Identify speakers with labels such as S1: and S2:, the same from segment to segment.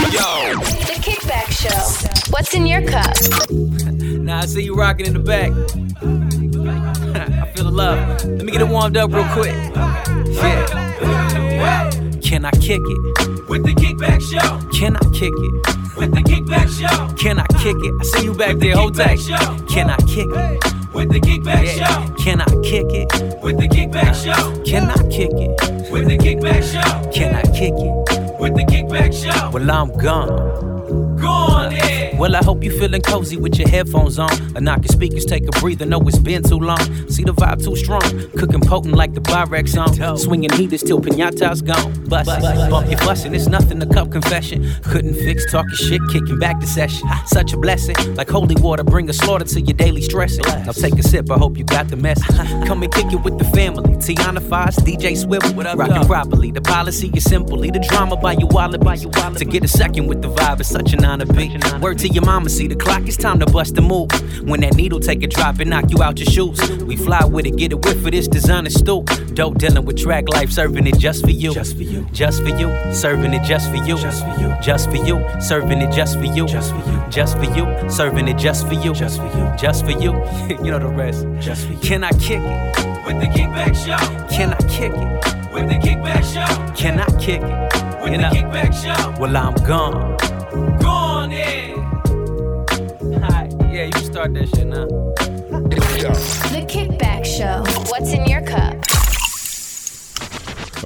S1: Yo.
S2: The Kickback Show. What's in your cup?
S3: Now I see you rocking in the back. I feel the love. Let me get it warmed up real quick. Yeah. Can I kick it?
S1: With the kickback show.
S3: Can I kick it?
S1: With the kickback show.
S3: Can I kick it? I see you back there, hold tight. Can I kick it?
S1: With the kickback
S3: Yeah.
S1: show.
S3: Can I kick it?
S1: With the kickback show.
S3: Can I kick it?
S1: With the kickback show.
S3: Can I kick it?
S1: With the kickback show.
S3: Well, I'm gone.
S1: Go on there.
S3: Well, I hope you feeling cozy with your headphones on. A knock your speakers, take a breather. No, it's been too long. See the vibe too strong. Cooking potent like the Pyrex on. Swinging heaters till pinata's gone. Bust, bump your bussin'. It's nothing to cup confession. Couldn't fix talking shit, kicking back the session. Such a blessing, like holy water. Bring a slaughter to your daily stressing. Now take a sip. I hope you got the message. Come and kick it with the family. Tiana Fox, DJ Swivel, rocking properly. The policy is simply the drama by your wallet, by your wallet. To get a second with the vibe is such an honor, be. Word to your mama, see the clock, it's time to bust a move. When that needle take a drop and knock you out your shoes. We fly with it, get a whiff of this designer stool. Dope dealing with track life, serving it just for you. Just for you. Just for you. Serving it just for you. Just for you. Just for you. Serving it just for you. Just for you. Just for you. Serving it just for you. Just for you. Just for you. you know the rest. Just for you. Can I kick it?
S1: With the kickback show.
S3: Can I kick it?
S1: With the kickback show.
S3: Can I kick it?
S1: With
S3: You
S1: the
S3: know?
S1: kickback show.
S3: Well, I'm gone.
S1: Go on there.
S3: Yeah, you can start that shit now.
S2: The Kickback Show. What's in your cup?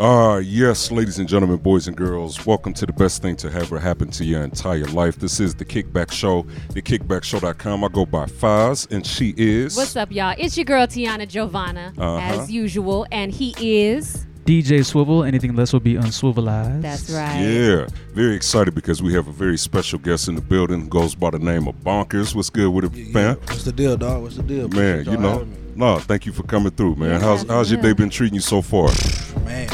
S4: Ah, yes, ladies and gentlemen, boys and girls, welcome to the best thing to ever happen to your entire life. This is the Kickback Show, thekickbackshow.com. I go by Fives, and she is.
S5: What's up, y'all? It's your girl Tiana Giovanna,
S4: Uh-huh.
S5: as usual, and he is.
S6: DJ Swivel. Anything less will be unswivelized.
S5: That's right.
S4: Yeah, very excited because we have a very special guest in the building who goes by the name of Bonkers. What's good with it, man?
S7: What's the deal, dog? What's the deal?
S4: Man,
S7: Appreciate
S4: you
S7: y'all
S4: know.
S7: having me.
S4: No, thank you for coming through, man. how's how's your day been treating you so far?
S7: man,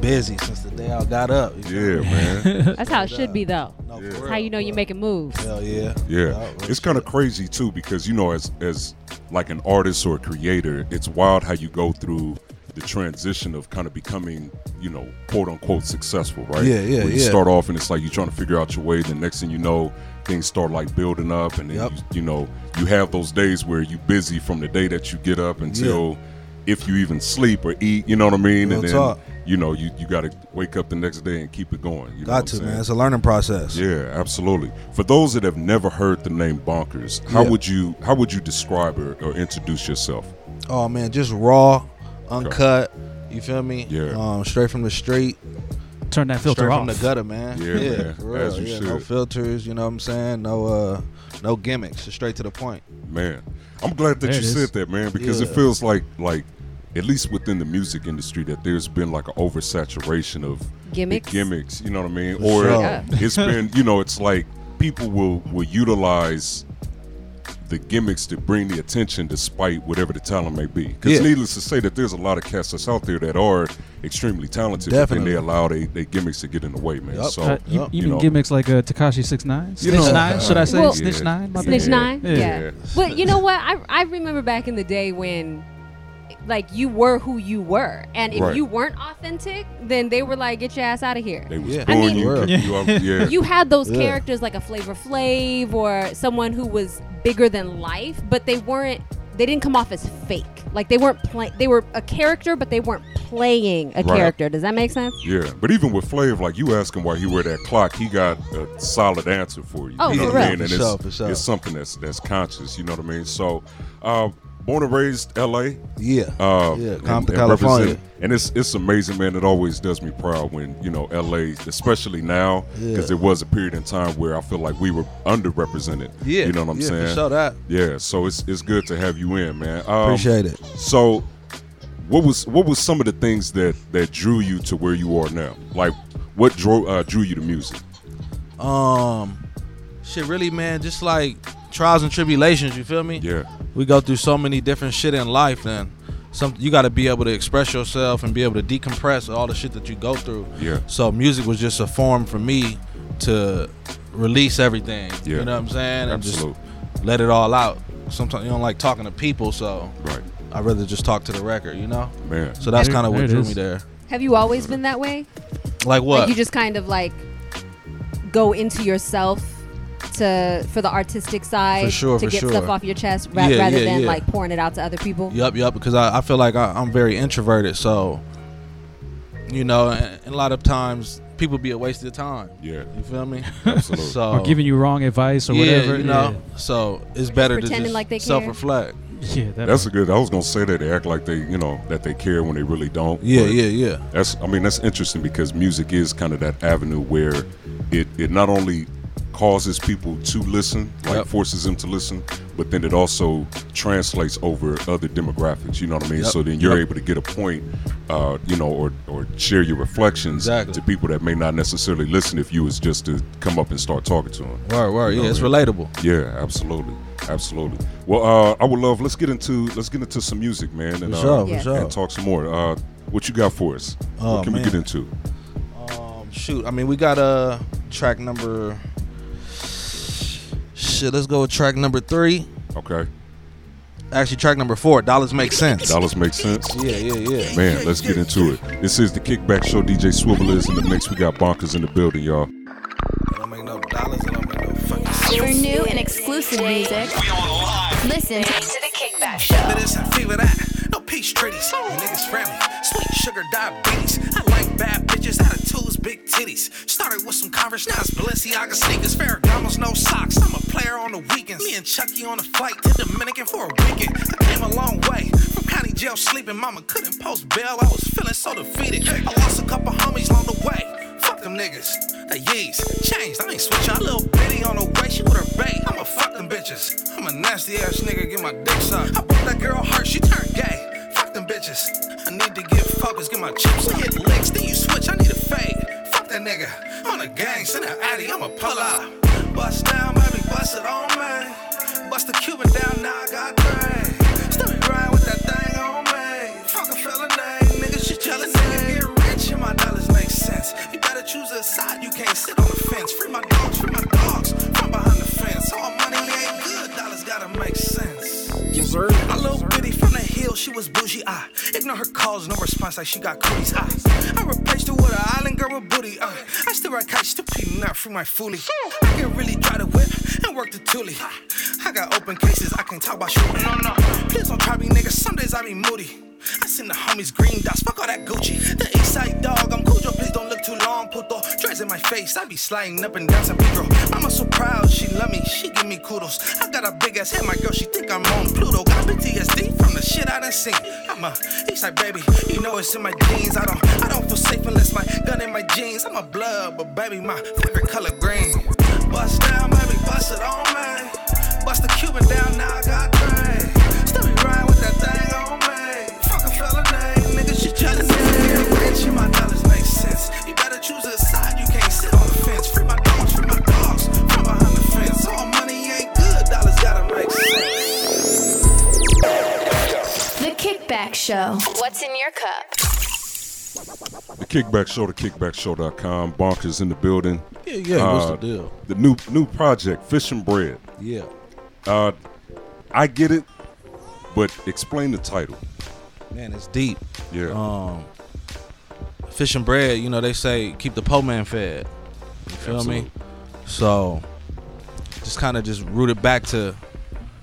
S7: busy since the day I got up. you know?
S4: Yeah, man.
S5: That's how it should be, though.
S7: No, for
S5: That's
S7: real,
S5: how you know
S7: for
S5: you're
S7: real.
S5: making moves.
S7: Hell yeah.
S4: Yeah. It's kind of crazy too because you know as as like an artist or a creator, it's wild how you go through the transition of kind of becoming, you know, quote unquote successful, right?
S7: Yeah, yeah,
S4: Where you
S7: yeah.
S4: start off and it's like you're trying to figure out your way, then next thing you know, things start like building up and then
S7: Yep.
S4: you, you know, you have those days where you busy from the day that you get up until if you even sleep or eat, you know what I mean?
S7: Real
S4: and then
S7: talk.
S4: you know, you, you gotta wake up the next day and keep it going. You know what I'm
S7: Got to,
S4: saying?
S7: man. It's a learning process.
S4: Yeah, absolutely. For those that have never heard the name Bonkers, how
S7: Yeah.
S4: would you how would you describe or, or introduce yourself?
S7: Oh, man, just raw, uncut. You feel me?
S4: Yeah.
S7: Um, straight from the street,
S6: Turn that filter
S7: straight
S6: off.
S7: from the gutter, man.
S4: Yeah, man,
S7: for real.
S4: as you
S7: yeah, no
S4: should.
S7: filters. You know what I'm saying? No, uh, no gimmicks. Just straight to the point.
S4: Man, I'm glad that
S6: There
S4: you
S6: it is.
S4: said that, man, because it
S7: Yeah.
S4: feels like like at least within the music industry that there's been like an oversaturation of
S5: Gimmicks?
S4: gimmicks, you know what I mean?
S7: For
S4: or
S7: sure.
S5: Yeah.
S4: it's been, you know, it's like people will will utilize the gimmicks to bring the attention despite whatever the talent may be. Because
S7: Yeah.
S4: needless to say that there's a lot of cats that's out there that are extremely talented, but then
S7: Definitely.
S4: they allow they, they gimmicks to get in the way, man.
S7: Yup.
S4: So
S6: Uh, you,
S7: Yup.
S6: you
S4: You
S6: mean
S4: know.
S6: gimmicks like uh, Takashi Six Nine, Snitch
S7: know.
S6: Nine? Should I say
S5: Well-
S6: Snitch Nine? My
S5: Snitch
S6: bad.
S5: Nine?
S6: Yeah.
S4: Yeah.
S5: But you know what? I, I remember back in the day when, like, you were who you were. And if
S4: Right.
S5: you weren't authentic, then they were like, get your ass out of here.
S4: they was
S7: Yeah. I
S4: booing
S5: mean-
S4: you,
S7: Word.
S4: kicking you out. Yeah.
S5: You had those
S7: Yeah.
S5: characters like a Flavor Flav or someone who was bigger than life, but they weren't. They didn't come off as fake. Like they weren't play. They were a character, but they weren't playing a
S4: Right.
S5: character. Does that make sense?
S4: Yeah, but even with Flav, like you ask him why he wear that clock, he got a solid answer for you.
S5: Oh,
S4: you know
S5: for
S4: what I
S5: real.
S4: mean? And
S7: For
S4: it's,
S7: sure, for sure.
S4: it's something that's that's conscious. You know what I mean? So, uh, born and raised L.A.
S7: Yeah.
S4: Uh,
S7: yeah.
S4: and-
S7: Compton,
S4: and represent-
S7: California.
S4: and it's it's amazing, man. It always does me proud when you know L.A., especially now, because
S7: Yeah.
S4: there was a period in time where I feel like we were underrepresented.
S7: Yeah.
S4: you know what I'm
S7: yeah,
S4: saying? Um,
S7: For sure that.
S4: Yeah, so it's it's good to have you in, man. Um,
S7: Appreciate it.
S4: So, what was what was some of the things that that drew you to where you are now? Like, what drew uh, drew you to music?
S7: Um, shit, really, man. Just like trials and tribulations. You feel me?
S4: Yeah,
S7: we go through so many different shit in life then some you got to be able to express yourself and be able to decompress all the shit that you go through
S4: Yeah.
S7: so music was just a form for me to release everything
S4: Yeah.
S7: you know what i'm saying and just
S4: Absolute.
S7: let it all out sometimes you don't like talking to people so
S4: right,
S7: i'd rather just talk to the record you know
S4: man.
S7: so that's
S6: There-
S7: kind of
S6: there
S7: what
S6: it
S7: drew
S6: is.
S7: me there
S5: Have you always been that way?
S7: like what
S5: Like you just kind of like go into yourself to for the artistic side
S7: For sure,
S5: to
S7: for
S5: get
S7: sure.
S5: stuff off your chest ra-
S7: Yeah,
S5: rather
S7: yeah,
S5: than
S7: yeah.
S5: like pouring it out to other people.
S7: Yup, yup. Because I, I feel like I, I'm very introverted, so you know, and, and a lot of times people be a waste of time.
S4: Yeah.
S7: You feel me?
S4: Absolutely.
S7: So
S6: or giving you wrong advice or
S7: yeah,
S6: whatever.
S7: you know. So it's better to
S5: pretending
S7: just
S5: like they care.
S7: self-reflect.
S6: Yeah, yeah that
S4: That's a good. I was gonna say that they act like they, you know, that they care when they really don't.
S7: Yeah,
S4: but
S7: yeah, yeah.
S4: That's. I mean, that's interesting because music is kind of that avenue where it it not only causes people to listen, like
S7: Yep.
S4: forces them to listen, but then it also translates over other demographics. You know what I mean?
S7: Yep,
S4: So then you're
S7: yep.
S4: able to get a point, uh, you know, or or share your reflections
S7: Exactly.
S4: to people that may not necessarily listen if you was just to come up and start talking to them.
S7: Word, word.
S4: You
S7: Yeah,
S4: know
S7: it's
S4: what I mean?
S7: relatable.
S4: Yeah, absolutely, absolutely. Well, uh, I would love. Let's get into let's get into some music, man, and,
S7: For sure,
S4: uh,
S7: for
S5: Yes.
S7: sure.
S4: and talk some more. Uh, what you got for us?
S7: Oh,
S4: what can
S7: man.
S4: we get into?
S7: Um, shoot, I mean, we got uh, track number. Shit, let's go with track number three.
S4: Okay,
S7: Actually, track number four. Dollars make sense.
S4: dollars make sense.
S7: Yeah, yeah, yeah.
S4: Man, let's get into it. This is the Kickback Show. DJ Swivel is in the mix. We got bonkers in the building, y'all.
S7: I don't make no dollars. I don't make no fucking
S2: For new and exclusive music, listen to the Kickback Show.
S8: Fever this and fever that. No peach treaties. Niggas friendly. Sweet sugar diabetes. I like bad bitches. Attitudes, big titties. Started with some Converse, now it's Balenciaga sneakers. Ferragamos, no socks. I'm a player on the weekends. Me and Chucky on a flight to Dominican for a weekend. I came a long way from county jail sleeping. Mama couldn't post bail. I was feeling so defeated. I lost a couple homies along the way. Fuck them niggas. They yees. Changed. I ain't switching. I little bitty on the way. She with her bae. I'ma fuck them bitches. I'm a nasty ass nigga. Get my dick sucked. I broke that girl heart. She turned gay. Fuck them bitches. I need to get focused. Get my chips. I hit licks. Then you switch. I need a fade. Fuck that nigga. On the gang. Send an addy. I'ma pull out. Bust down, baby. Bust it on me. Bust the Cuban down. Now I got grain. Still be grind with that thing on me. Fuck a fella name. Nigga, she jealous. Nigga, get rich and my dollars make sense. You better choose a side, you can't sit on the fence. Free my dogs, free my dogs from behind the fence. All money ain't good, dollars gotta make sense. My little bitty from the hill, she was bougie. I ignore her calls, no response, like she got cooties. I, I replaced her with an island girl with booty. Uh, I still ride kites, still peeing out free my foolie. I can really try to whip and work the tule. I got open cases, I can't talk about shooting. No, no, please don't try me, nigga. Some days I be moody. I seen the homies green dots, fuck all that Gucci. The east side dog, I'm Cujo, please don't look too long. Put the dreads in my face, I be sliding up and down San Pedro. Mama so proud, she love me, she give me kudos. I got a big ass head, my girl, she think I'm on Pluto. Got PTSD from the shit I done seen. I'm a east side baby, you know it's in my jeans. I don't, I don't feel safe unless my gun in my jeans. I'm a blood, but baby, my favorite color green. Bust down, baby, bust it on me. Bust the Cuban down, now I got grain. Still be riding with that thing on me. Fuck a fella name, nigga, she jealous. Get rich and my dollars make sense. You better choose a side, you can't sit on the fence. Free my dogs, free my dogs, from behind the fence. All money ain't good, dollars gotta make sense.
S2: The Kickback Show. What's in your cup?
S4: The Kickback Show, the kickbackshow.com. Bonkers in the building.
S7: Yeah, yeah. What's
S4: Uh,
S7: the deal?
S4: The new new project, Fish and Bread.
S7: Yeah.
S4: Uh, I get it, but explain the title.
S7: Man, it's deep.
S4: Yeah.
S7: Um, fish and bread. You know they say keep the poor man fed. You feel me?
S4: Absolutely.
S7: So, just kind of just rooted back to,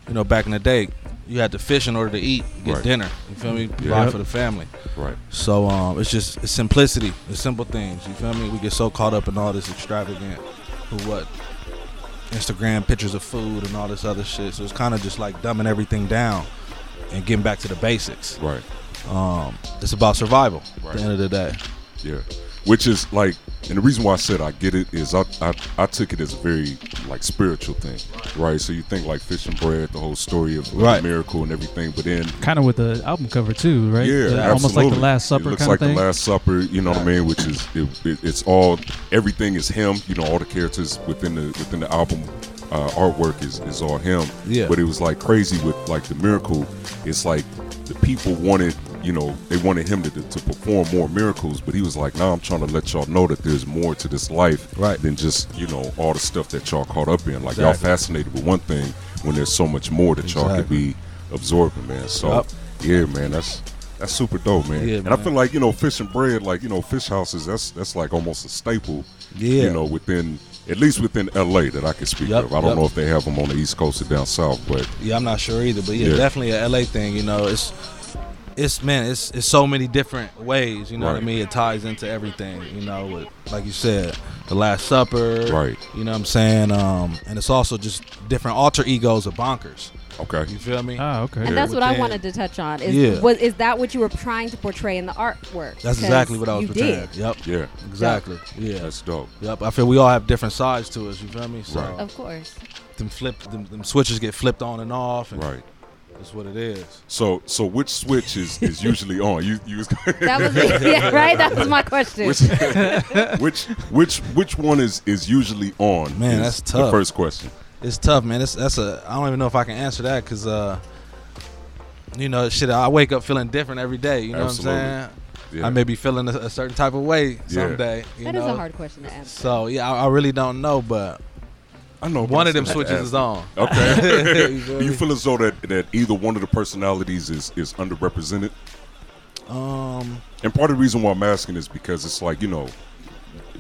S7: you know, back in the day, you had to fish in order to eat, get
S4: Right.
S7: dinner. You feel me? Provide
S4: Yep.
S7: for the family.
S4: Right.
S7: So um, it's just it's simplicity, it's simple things. You feel me? We get so caught up in all this extravagant, who what, Instagram pictures of food and all this other shit. So it's kind of just like dumbing everything down and getting back to the basics.
S4: Right.
S7: Um, it's about survival. At
S4: Right.
S7: the end of the day,
S4: Yeah. Which is like, and the reason why I said I get it is I, I, I took it as a very like spiritual thing, right? So you think like fish and bread, the whole story of, of the
S7: Right.
S4: miracle and everything, but then
S6: kind of with the album cover too, right?
S4: yeah,
S6: The- almost like the
S4: absolutely.
S6: Last
S4: It
S6: Supper
S4: looks
S6: kind
S4: like
S6: of thing.
S4: the Last Supper, you know what I mean? Which is it, it, it's all everything is him, you know, all the characters within the within the album uh, artwork is is all him.
S7: Yeah.
S4: But it was like crazy with like the miracle. It's like the people wanted, you know, they wanted him to, to perform more miracles, but he was like, "Nah, I'm trying to let y'all know that there's more to this life
S7: Right.
S4: than just you know all the stuff that y'all caught up in. Like y'all
S7: Exactly.
S4: fascinated with one thing when there's so much more that y'all could
S7: Exactly.
S4: be absorbing, man. So
S7: Yup.
S4: yeah, man, that's that's super dope, man.
S7: Yeah,
S4: and I
S7: man.
S4: feel like you know fish and bread, like you know fish houses. That's that's like almost a staple.
S7: Yeah.
S4: you know within at least within LA that I can speak
S7: Yep,
S4: of. I don't
S7: yep.
S4: know if they have them on the East Coast or down south, but
S7: Yeah, I'm not sure either, but yeah,
S4: Yeah.
S7: definitely a LA thing. You know, it's it's man, it's it's so many different ways. You know what
S4: Right.
S7: I mean? It ties into everything. You know, with, like you said, the Last Supper.
S4: Right.
S7: You know what I'm saying? Um, and it's also just different alter egos of bonkers.
S4: okay.
S7: You feel me?
S6: Ah, okay.
S5: And that's what I
S7: Within.
S5: wanted to touch on. Is
S7: Yeah.
S5: was is that what you were trying to portray in the artwork?
S7: That's
S5: 'Cause
S7: exactly what I was
S5: you
S7: portraying.
S5: did.
S7: Yep.
S4: Yeah,
S7: Exactly. Yeah.
S4: that's dope.
S7: Yep. I feel we all have different sides to us. You feel me? So
S4: Right.
S2: Of course.
S7: them flip them, them switches get flipped on and off. And
S4: Right.
S7: That's what it is.
S4: So so which switch is, is usually on? You you was
S5: That was yeah, right. That was my question.
S4: which, which which which one is is usually on?
S7: Man,
S4: is
S7: that's
S4: The
S7: tough.
S4: first question.
S7: It's tough, man. It's, that's a. I don't even know if I can answer that because, uh, you know, shit. I wake up feeling different every day. You know what I'm
S4: Absolutely.
S7: saying?
S4: Yeah.
S7: I may be feeling a, a certain type of way someday. you
S5: That is
S7: know?
S5: a hard question to answer.
S7: So yeah, I, I really don't know, but
S4: I know but
S7: one
S4: I
S7: of them
S4: still
S7: switches
S4: had to
S7: is
S4: ask.
S7: on.
S4: Okay.
S7: You feel
S4: Do you
S7: me?
S4: feel as though that, that either one of the personalities is, is underrepresented?
S7: Um,
S4: And part of the reason why I'm asking is because it's like, you know,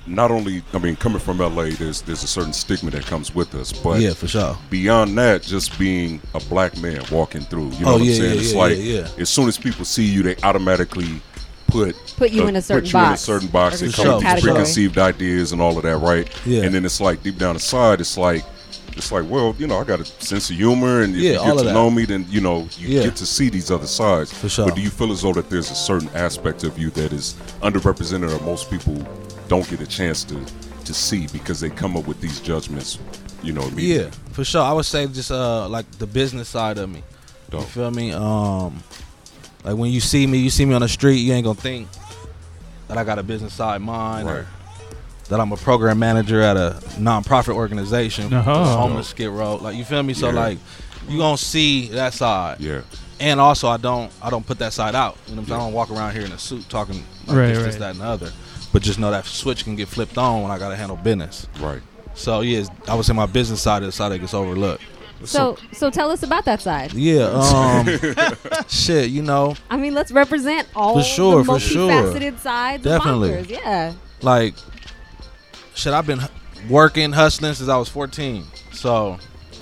S4: not only I mean, coming from LA, there's there's a certain stigma that comes with us. But
S7: yeah, for sure.
S4: beyond that, just being a black man walking through. You know
S7: Oh,
S4: what I'm
S7: yeah,
S4: saying?
S7: yeah,
S4: it's
S7: yeah,
S4: like
S7: yeah, yeah.
S4: as soon as people see you, they automatically put
S5: Put you
S4: uh,
S5: in a certain
S4: put you in a
S5: box.
S4: certain box.
S5: Or
S4: They
S5: a
S4: come with
S5: certain
S4: these
S5: category.
S4: preconceived ideas and all of that, right?
S7: Yeah.
S4: And then it's like deep down inside, it's like. It's like, well, you know, I got a sense of humor, and if
S7: Yeah,
S4: you
S7: all
S4: get
S7: of
S4: to
S7: that.
S4: know me, then you know you
S7: Yeah.
S4: get to see these other sides.
S7: For sure.
S4: But do you feel as though that there's a certain aspect of you that is underrepresented, or most people don't get a chance to to see because they come up with these judgments, you know?
S7: Yeah,
S4: immediately?
S7: for sure. I would say just uh like the business side of me.
S4: Dope.
S7: You feel me? Um, like when you see me, you see me on the street, you ain't gonna think that I got a business side mind
S4: Right.
S7: or that I'm a program manager at a nonprofit organization,
S6: No.
S7: homeless skid row. Like you feel me? So
S4: Yeah.
S7: like you gonna see that side.
S4: Yeah.
S7: And also I don't I don't put that side out. You know what I'm saying? I don't walk around here in a suit talking like
S6: Right,
S7: this, this,
S6: right.
S7: that, and the other. But just know that switch can get flipped on when I gotta handle business.
S4: Right.
S7: So yeah, it's- I would say my business side is the side that gets overlooked.
S5: So so tell us about that side.
S7: Yeah, um, shit, you know,
S5: I mean, let's represent all
S7: For sure,
S5: the
S7: for sure.
S5: multifaceted sides.
S7: Definitely.
S5: Of bonkers. yeah.
S7: like, shit, I've been h- working, hustling since I was 14. So,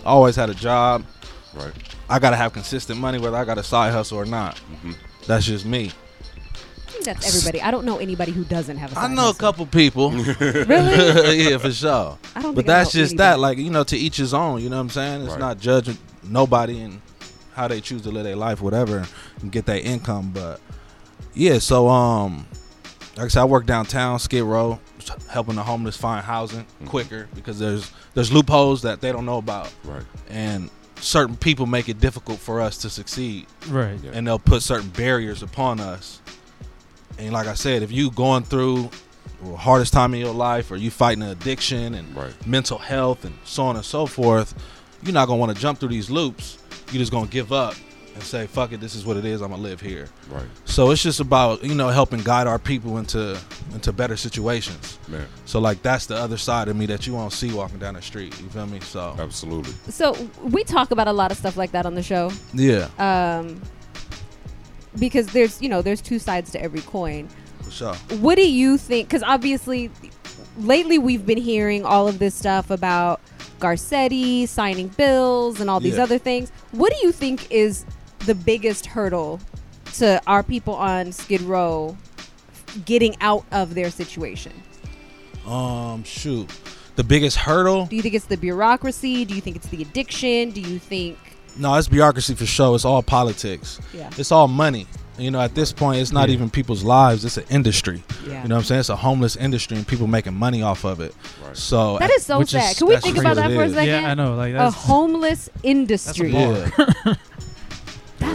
S7: I always had a job.
S4: Right.
S7: I gotta have consistent money, whether I got a side hustle or not. That's just me.
S5: I think that's everybody. I don't know anybody who doesn't have a
S7: I
S5: side
S7: know a
S5: hustle.
S7: couple people.
S5: Really?
S7: yeah, for sure.
S5: I don't
S7: But
S5: think I
S7: that's
S5: know
S7: just that. Like, you know, to each his own. You know what I'm saying? It's
S4: Right.
S7: not judging nobody and how they choose to live their life, whatever, and get their income. But yeah, so um, like I said, I work downtown Skid Row, helping the homeless find housing quicker because there's there's loopholes that they don't know about,
S4: Right.
S7: and certain people make it difficult for us to succeed
S6: Right.
S4: Yeah.
S7: and they'll put certain barriers upon us. And like I said, if you going through the hardest time in your life, or you fighting addiction and
S4: Right.
S7: mental health and so on and so forth, you're not gonna want to jump through these loops. You're just gonna give up and say, "Fuck it, this is what it is. I'm gonna live here."
S4: Right.
S7: So it's just about you know helping guide our people into into better situations.
S4: Man.
S7: So like that's the other side of me that you won't see walking down the street. You feel me? So
S4: Absolutely.
S5: So we talk about a lot of stuff like that on the show.
S7: yeah,
S5: Um, because there's you know there's two sides to every coin.
S7: for sure.
S5: what do you think? Because obviously, lately we've been hearing all of this stuff about Garcetti signing bills and all these
S7: Yeah.
S5: other things. What do you think is the biggest hurdle to our people on Skid Row getting out of their situation?
S7: Um, shoot, the biggest hurdle.
S5: Do you think it's the bureaucracy? Do you think it's the addiction? Do you think
S7: No, it's bureaucracy for sure. It's all politics.
S5: Yeah.
S7: It's all money. You know, at this point, it's not even people's lives. It's an industry.
S5: Yeah.
S7: You know what I'm saying? It's a homeless industry, and people making money off of it.
S4: Right.
S7: So
S5: That is so
S7: which
S5: sad. Can we
S7: that's
S5: think
S7: just
S5: about
S7: what
S5: that
S7: it
S5: for a
S7: is.
S5: second?
S6: Yeah, I know. Like
S5: a
S6: that's
S5: homeless industry? That's,
S7: Yeah,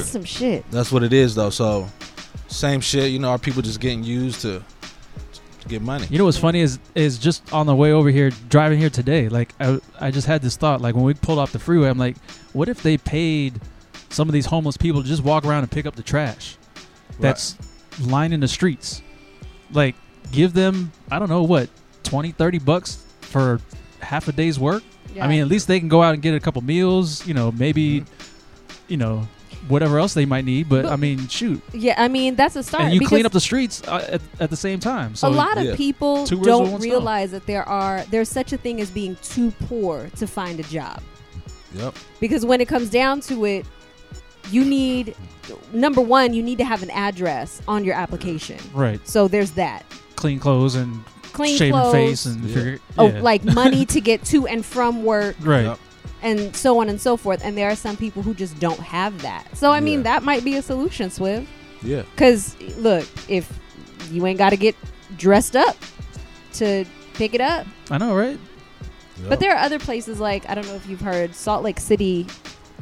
S5: some shit.
S7: that's what it is though. So same shit. You know, are people just getting used to, to get money?
S6: You know what's funny is is just on the way over here, driving here today. Like I, I just had this thought. Like when we pulled off the freeway, I'm like, what if they paid some of these homeless people to just walk around and pick up the trash that's lining the streets? Like give them, I don't know what, 20, 30 bucks for half a day's work.
S5: Yeah.
S6: I mean, at least they can go out and get a couple meals. You know, maybe, you know, whatever else they might need. But, I mean, shoot,
S5: Yeah, I mean that's a start.
S6: and you
S5: because-
S6: clean up the streets uh, at, at the same time. So
S5: a lot of
S7: yeah.
S5: people
S6: Two birds with
S5: don't
S6: one stone.
S5: realize that there are there's such a thing as being too poor to find a job
S7: Yep.
S5: because when it comes down to it you need number one you need to have an address on your application
S6: right,
S5: so there's that
S6: clean clothes and
S5: clean
S6: shaving
S5: clothes
S6: face and
S7: Yeah.
S6: figure,
S5: oh,
S6: yeah.
S5: like money to get to and from work
S6: right.
S7: Yep.
S5: and so on and so forth and there are some people who just don't have that so i mean
S7: Yeah.
S5: that might be a solution swift
S7: Yeah.
S5: Cause look, if you ain't got to get dressed up to pick it up,
S6: I know, right?
S5: but there are other places like I don't know if you've heard Salt Lake City,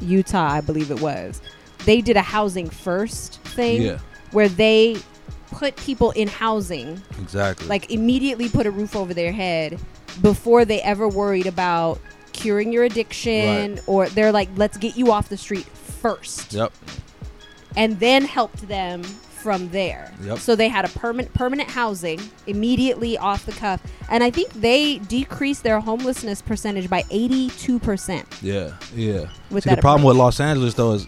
S5: Utah, I believe it was. They did a housing first thing
S7: Yeah.
S5: where they put people in housing,
S7: Exactly.
S5: like immediately put a roof over their head before they ever worried about curing your addiction or they're like, let's get you off the street first
S7: Yep.
S5: and then helped them from there.
S7: Yep.
S5: So they had a permanent permanent housing immediately off the cuff, and I think they decreased their homelessness percentage by eighty two percent.
S7: Yeah. Yeah.
S5: With
S7: See,
S5: that
S7: the problem
S5: approach.
S7: with Los Angeles though is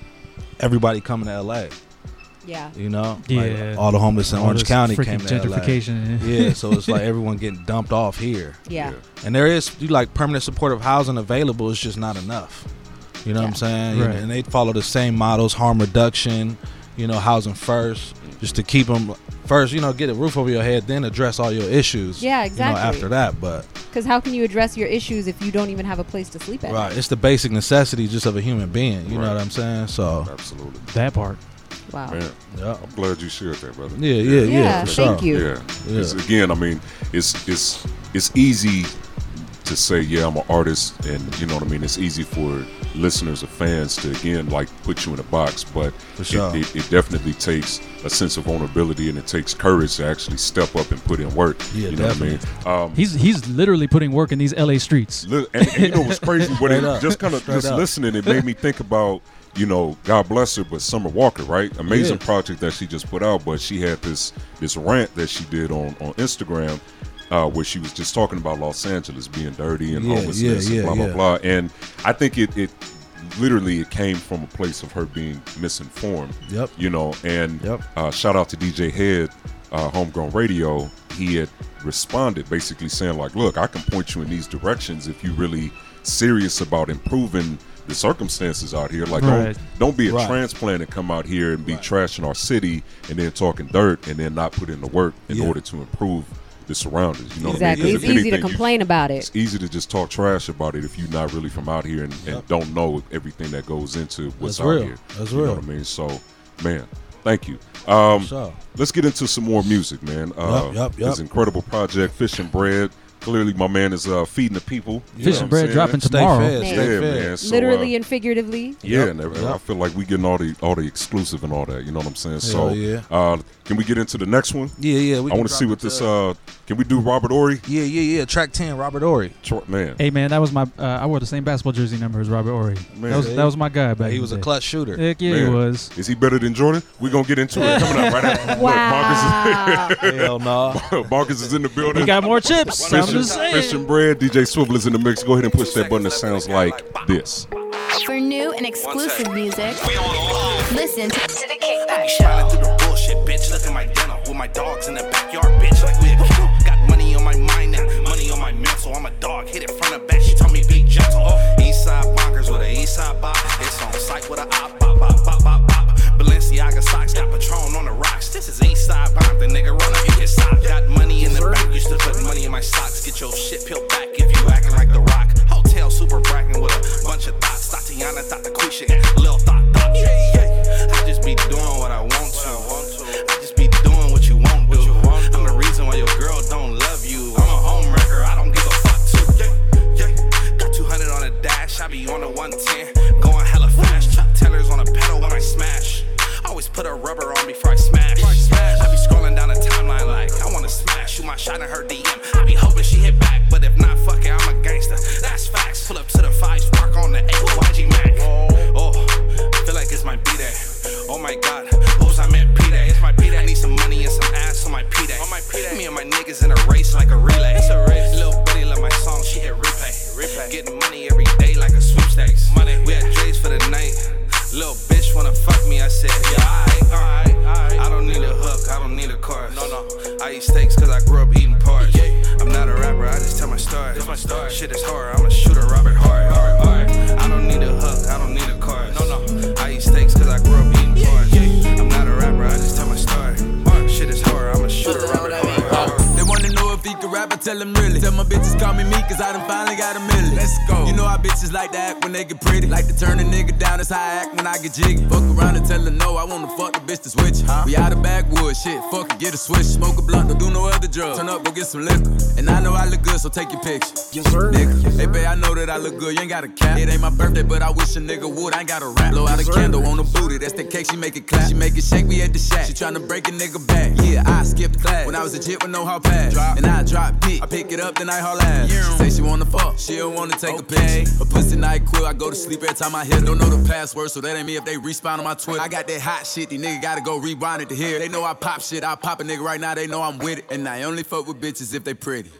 S7: everybody coming to LA.
S5: Yeah.
S7: You know. Like,
S6: Yeah.
S7: all the homeless in
S6: All
S7: Orange
S6: this
S7: County came
S6: freaking
S7: to
S6: gentrification.
S7: LA. Yeah. So it's like everyone getting dumped off here.
S5: Yeah.
S7: And there is you like permanent supportive housing available. It's just not enough. You know what I'm saying?
S6: Right.
S7: And they follow the same models: harm reduction, you know, housing first, just to keep them first. You know, get a roof over your head, then address all your issues.
S5: Yeah,
S7: You
S5: exactly.
S7: know, after that, but
S5: Because how can you address your issues if you don't even have a place to sleep at?
S7: right, it's the basic necessity just of a human being. You
S4: Right.
S7: know what I'm saying? So,
S4: Absolutely.
S6: That part.
S5: Wow.
S4: Man,
S7: yeah,
S4: I'm glad you shared that, brother.
S7: yeah, yeah, yeah,
S5: Yeah,
S7: for
S5: thank
S7: sure.
S5: you.
S4: Yeah. It's, again, I mean, it's it's it's easy to say, yeah, I'm an artist, and you know what I mean. It's easy for listeners or fans to again like put you in a box, but
S7: For sure.
S4: it, it, it definitely takes a sense of vulnerability and it takes courage to actually step up and put in work.
S7: Yeah,
S4: you know
S7: definitely.
S4: what I mean. Um,
S6: He's he's literally putting work in these LA streets.
S4: Li- and, and you know what's crazy? When it,
S7: Straight up.
S4: just kind of
S7: Straight
S4: just
S7: up.
S4: listening, it made me think about you know God bless her, but Summer Walker, right? Amazing
S7: Yeah.
S4: project that she just put out, but she had this this rant that she did on on Instagram. Uh, where she was just talking about Los Angeles being dirty and
S7: Yeah,
S4: homelessness
S7: yeah, yeah,
S4: and blah
S7: yeah.
S4: blah blah, and I think it, it literally it came from a place of her being misinformed.
S7: Yep.
S4: You know, and
S7: Yep.
S4: uh, shout out to DJ Head, uh, Homegrown Radio. He had responded basically saying, like, look, I can point you in these directions if you really serious about improving the circumstances out here. Like,
S6: Right.
S4: don't, don't be a
S7: Right.
S4: transplant and come out here and be trashing our city and then talking dirt and then not put in the work in
S7: Yeah.
S4: order to improve the surroundings. You
S5: Exactly.
S4: know what I mean? 'Cause
S5: It's
S4: if
S5: easy to
S4: anything, you-
S5: complain about it.
S4: it's easy to just talk trash about it if you're not really from out here and, and don't know everything that goes into what's
S7: That's
S4: out
S7: real.
S4: here.
S7: That's
S4: you know
S7: real.
S4: what I mean? So, man, thank you. Um,
S7: sure.
S4: Let's get into some more music, man. Uh,
S7: Yup, yup, yup.
S4: This incredible project, Fish and Bread. Clearly, my man is uh, feeding the people. You know
S6: Fish
S4: what I'm
S6: and bread
S4: saying?
S6: dropping
S7: Stay
S6: tomorrow.
S5: Man.
S7: fed,
S4: Yeah,
S7: stay fed.
S4: man. So,
S5: Literally
S4: uh,
S5: and figuratively.
S4: yeah,
S7: Yep,
S4: and every-
S7: yep.
S4: I feel like we getting all the all the exclusive and all that. You know what I'm saying? so,
S7: Hell yeah.
S4: uh, can we get into the next one?
S7: Yeah, yeah.
S4: I
S7: We can
S4: want to
S7: drop
S4: see
S7: it
S4: what
S7: to-
S4: this. Uh, can we do Robert Ory?
S7: yeah, yeah, yeah. Track ten, Robert Ory.
S4: Tro- Man,
S6: Hey man, that was my uh, I wore the same basketball jersey number as Robert Ory.
S4: Man.
S6: that was that was my guy back.
S7: he
S6: in
S7: was
S6: the
S7: a
S6: day.
S7: clutch shooter.
S6: Heck yeah, he
S4: Man.
S6: was.
S4: Is he better than Jordan? We're gonna get into it coming up right after.
S5: Wow.
S7: Hell no.
S4: Marcus, Marcus is in the building.
S6: He got more chips. I'm
S4: Fish and,
S6: just
S4: fish
S6: saying.
S4: and bread. DJ Swivel is in the mix. Go ahead and push that button that sounds like this.
S2: For new and exclusive music,
S8: We on live.
S2: listen to the Kickback Show.
S8: Smiling through the bullshit, bitch. Look at my dental with my dogs in the backyard, bitch. Like we a kennel. Got money on my mind now, money on my mental. I'm a dog, hit it from the back. She told me be gentle. Eastside bonkers with a eastside bop. It's on site with a op, bop, bop, bop, bop, bop. Balenciaga socks got Patron on the rocks. This is eastside bomb. The nigga run up, you get socked. Got money in the bank, used to put money in my socks. Get your shit peeled back if you acting like the rock. Hotel super bragging with a bunch of thoughts. Tatiana thought the queen shit, Lil thought thought. Yeah, yeah. I just be doing what I want to. I just be doing what you won't do. I'm the reason why your girl don't love you. I'm a homewrecker, I don't give a fuck too. Yeah, yeah. Got 200 on a dash, I be on the 110. Going hella fast, truck tellers on a pedal when I smash. Always put a rubber on before I smash. I be scrolling down the timeline like I wanna smash. Shoot my shot in her DM. I be hoping she hit back, but if not, fuck it, I'm a gangster. That's facts. Pull up to the five, spark on the AYG Mac. Oh, feel like it's my B day. Oh my god, oops, I meant P day. It's my P day. I need some money and some ass on my P day. On my P day. Me and my niggas in a race like a relay. It's a race. Little buddy love my song, she hit replay. replay. Getting money every day like a sweepstakes. Money. We had Dre's for the night. Little bitch wanna fuck eat steaks cause I grew up eating parts. I'm not a rapper, I just tell my stories. Shit is hard, I'm a shooter, Robert Hart. I don't need a hook, I don't need a chorus. I eat steaks cause I grew up eating parts. I'm not a rapper, I just tell my story. Shit is hard, I'm a shooter, Robert Hart.
S9: They wanna know if he can rap, I tell him really. Tell my bitches call me me, cause I done finally got a million. Let's go. You know how bitches like to act when they get pretty. Like to turn a nigga down, that's how I act when I get jiggy. Fuck around and tell her no, I wanna fuck the bitch to switch. Huh? We out of backwoods, shit, fuck it, get a switch. Smoke a blunt, don't do no other drug. Turn up, go get some liquor. And I know I look good, so take your picture. Yes, sir. Nigga. Hey, babe, I know that I look good, you ain't got a cap. It ain't my birthday, but I wish a nigga would, I ain't got a rap. Blow out a candle on the booty, that's the cake, she make it clap. She make it shake, we at the shack. She tryna break a nigga back. Yeah, I skipped class. When I was a jit with no hard pass. And I drop dick. I pick it up, then I haul ass. She say she wanna fuck. She don't wanna take a pic. A pussy night quill. I go to sleep every time I hit her. Don't know the password, so that ain't me if they respawn on my Twitter. I got that hot shit. These niggas gotta go rewind it to hear. They know I pop shit. I pop a nigga right now. They know I'm with it. And I only fuck with bitches if they pretty.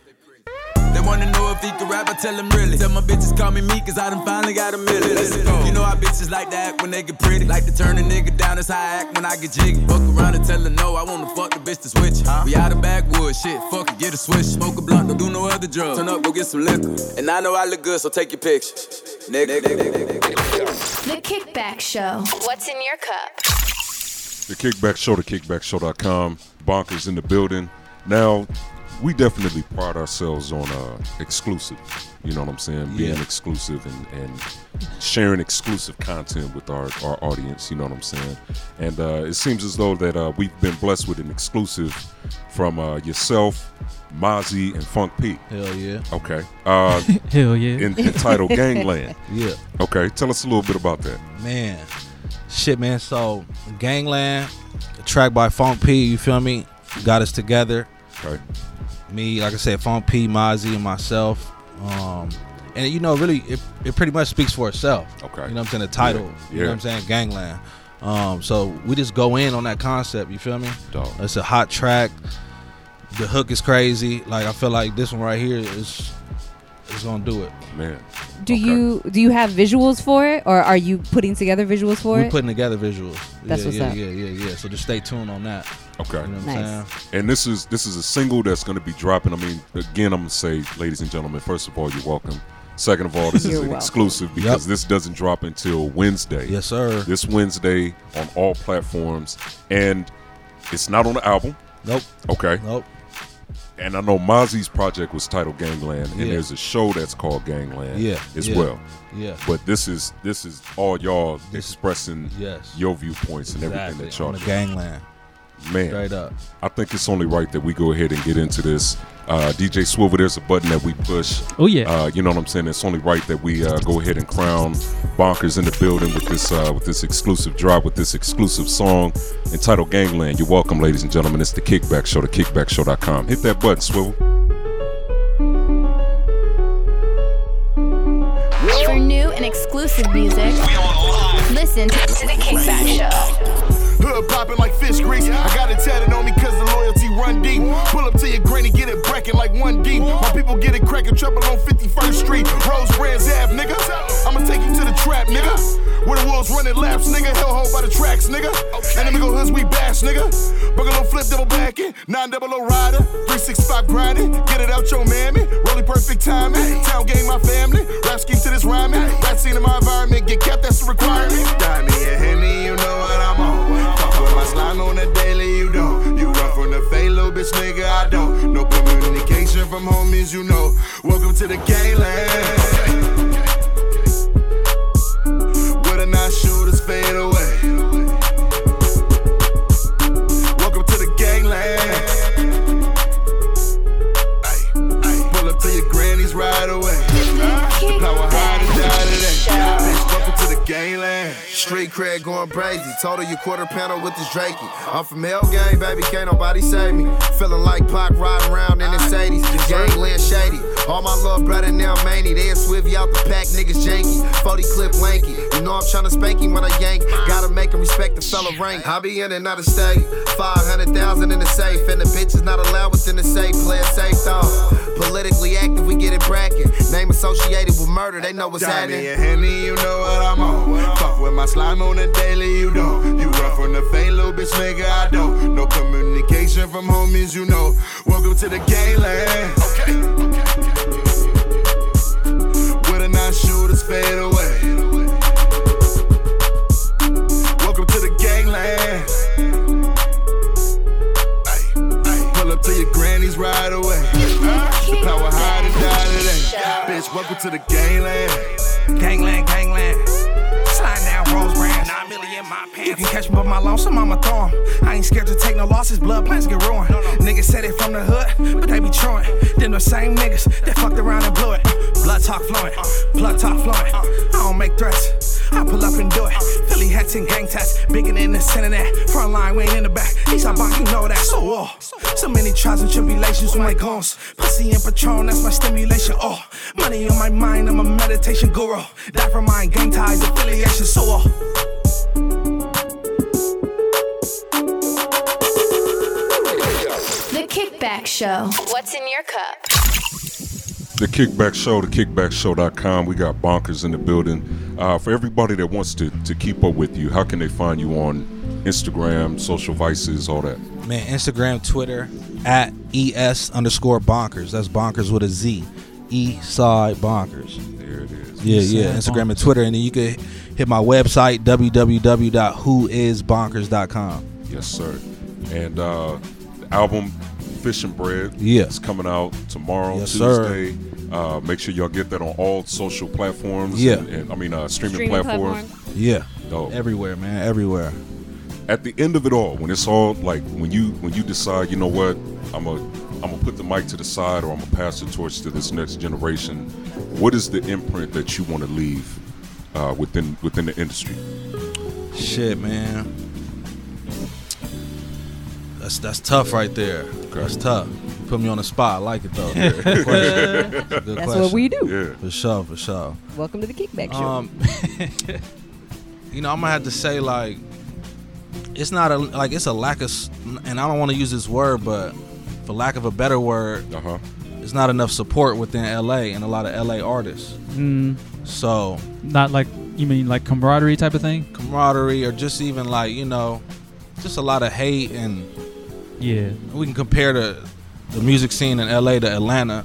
S9: They wanna know if he can rap, I tell him really. Tell my bitches call me me, cause I done finally got a million. Let's go. You know how bitches like to act when they get pretty. Like to turn a nigga down, that's how I act when I get jiggy. Fuck around and tell her no, I wanna fuck the bitch to switch. We out of backwoods, shit, fuck it, get a switch. Smoke a blunt, don't do no other drugs. Turn up, go get some liquor. And I know I look good, so take your picture. Nigga, nigga, nigga, nigga.
S2: The Kickback Show.
S10: What's in your cup?
S4: The Kickback Show, the kickbackshow.com. Bonkers in the building. Now, we definitely pride ourselves on uh, exclusive. You know what I'm saying? Being
S7: Yeah.
S4: exclusive and, and sharing exclusive content with our, our audience. You know what I'm saying? And uh, it seems as though that uh, we've been blessed with an exclusive from uh, yourself, Mozzie, and Funk P.
S7: Hell yeah.
S4: Okay. Uh,
S6: Hell yeah.
S4: in, entitled Gangland.
S7: Yeah.
S4: Okay. Tell us a little bit about that.
S7: Man, shit, man. So, Gangland, a track by Funk P, you feel me? Got us together.
S4: Okay.
S7: Me, like I said, Funk P, Mozzie, and myself. Um, and, you know, really, it, it pretty much speaks for itself.
S4: Okay.
S7: You know what I'm saying? The title.
S4: Yeah.
S7: You know what I'm saying? Gangland. Um, so, we just go in on that concept, you feel me?
S4: Dog.
S7: It's a hot track. The hook is crazy. Like, I feel like this one right here is, is going to do it.
S4: Man.
S5: Do
S4: Okay.
S5: you do you have visuals for it, or are you putting together visuals for
S7: We're
S5: it?
S7: putting together visuals.
S5: That's
S7: yeah,
S5: what's
S7: yeah,
S5: up.
S7: yeah, yeah, yeah. So just stay tuned on that.
S4: Okay.
S7: You know what I'm
S5: Nice.
S7: saying?
S4: And this is this is a single that's going to be dropping. I mean, again, I'm going to say, ladies and gentlemen, first of all, you're welcome. Second of all, this is
S5: You're
S4: an
S5: welcome.
S4: exclusive because
S7: Yep.
S4: this doesn't drop until Wednesday.
S7: Yes, sir.
S4: This Wednesday on all platforms, and it's not on the album.
S7: Nope.
S4: Okay.
S7: Nope.
S4: And I know Mozzie's project was titled Gangland, and
S7: Yeah.
S4: there's a show that's called Gangland
S7: Yeah,
S4: as
S7: yeah.
S4: well.
S7: Yeah.
S4: But this is this is all y'all expressing
S7: Yes.
S4: your viewpoints and everything that y'all
S7: on the
S4: do.
S7: gangland.
S4: man.
S7: Straight up.
S4: I think it's only right that we go ahead and get into this. Uh, DJ Swivel, there's a button that we push.
S6: Oh, yeah.
S4: Uh, you know what I'm saying? It's only right that we uh, go ahead and crown Bonkers in the building with this uh, with this exclusive drop, with this exclusive song entitled Gangland. You're welcome, ladies and gentlemen. It's the Kickback Show, the kickbackshow.com. Hit that button, Swivel.
S2: For new and exclusive music, listen to
S10: To the Kickback Show.
S11: Hood popping like fish grease. I got it tatted on me cause the loyalty run deep. Pull up to your granny, get it bracket like one deep. My people get it cracking, trouble on 51st Street. Rose Brands Ave, nigga. I'ma take you to the trap, nigga. Where the wolves running laps, nigga. Hellhole by the tracks, nigga. And them go hoods we bash, nigga. Bungalow flip, double backing. 9 double O rider. 365 grinding. Get it out your mammy. Rolling perfect timing. Town game, my family. Rap scheme to this rhyming. Rap scene in my environment. Get capped, that's a requirement. Diamond and Henny, you know what I'm on. Fuck with my slime on the daily, you don't. You run from the fade, little bitch nigga, I don't. No communication from homies, you know. Welcome to the gangland. Where the nine shooters fade away. Welcome to the gangland. Ay, ay. Pull up to your granny's right away. Power high to die today. Bitch, welcome to the gangland. Street cred going crazy. Total you quarter panel with this Drakey. I'm from Hell Gang, baby. Can't nobody save me. Feeling like Pac riding around in his 80s. The gangland shady. All my little brother now many. They and Swivy out the pack, niggas janky. 40 clip lanky. You know I'm tryna spank him when I yank. Gotta make him respect the fellow rank. I be in and out of state. 500,000 in the safe. And the bitch is not allowed within the safe. Play it safe though. Politically active, we get it bracket. Name associated with murder, they know what's happening.
S8: Diamond and Henny, you know what I'm on. Fuck with my
S11: Slime on the daily, you don't. You run from the fame, little bitch nigga, I don't. No communication from homies, you know. Welcome to the gangland. Okay. Where the nine shooters fade away. Welcome to the gangland. Pull up to your granny's right away. Power high to die today. Bitch, welcome to the gangland. Gangland, gangland.
S8: Slide down Rose Branch. Nine million my pants. You can catch me by my lonesome, I'ma throw 'em. I ain't scared to take no losses, blood plans get ruined. Niggas said it from the hood, but they be truant. Them the same niggas that fucked around and blew it. Blood talk flowing, blood talk flowing. I don't make threats, I pull up and do it. Philly hats and gang tats, bigger than this and that. Front line, we ain't in the back. These are bond, you know that. So, oh, so many trials and tribulations with my guns. Pussy and Patron, that's my stimulation. Oh, money on my mind, I'm a meditation guru. Die for mine, gang ties, affiliation. So, oh.
S2: The Kickback Show.
S10: What's in your cup?
S4: The Kickback Show, the kickbackshow.com. We got bonkers in the building. Uh, for everybody that wants to, to keep up with you, how can they find you on Instagram, social vices, all that?
S7: Man, Instagram, Twitter, at ES underscore bonkers. That's bonkers with a Z. East side bonkers.
S4: There it is.
S7: Yeah,
S4: East
S7: yeah.
S4: Side
S7: Instagram and Twitter. And then you can hit my website, www.whoisbonkers.com.
S4: Yes, sir. And uh, the album Fish and Bread
S7: Yeah.
S4: is coming out tomorrow,
S7: Yes, sir.
S4: Tuesday. Uh, make sure y'all get that on all social platforms.
S7: Yeah.
S4: and- and- I mean, uh, streaming,
S5: Streaming
S4: platforms.
S5: platforms.
S7: Yeah.
S4: Dope.
S7: Everywhere, man. Everywhere.
S4: At the end of it all, when it's all like when you when you decide, you know what, I'm a I'm gonna put the mic to the side or I'm gonna pass the torch to this next generation. What is the imprint that you want to leave uh, within within the industry?
S7: Shit, man. That's that's tough right there. That's tough. You put me on the spot. I like it though. Good question. Good
S5: That's what
S7: question.
S5: we do.
S4: Yeah,
S7: For sure, for sure.
S5: Welcome to the Kickback Show.
S7: Um, you know, I'm gonna have to say like, it's not a like it's a lack of, s- and I don't want to use this word, but for lack of a better word,
S4: uh huh.
S7: it's not enough support within LA and a lot of LA artists.
S6: Mm,
S7: So
S6: not like you mean like camaraderie type of thing?
S7: camaraderie, or just even like you know, just a lot of hate, and
S6: Yeah.
S7: we can compare the the music scene in LA to Atlanta,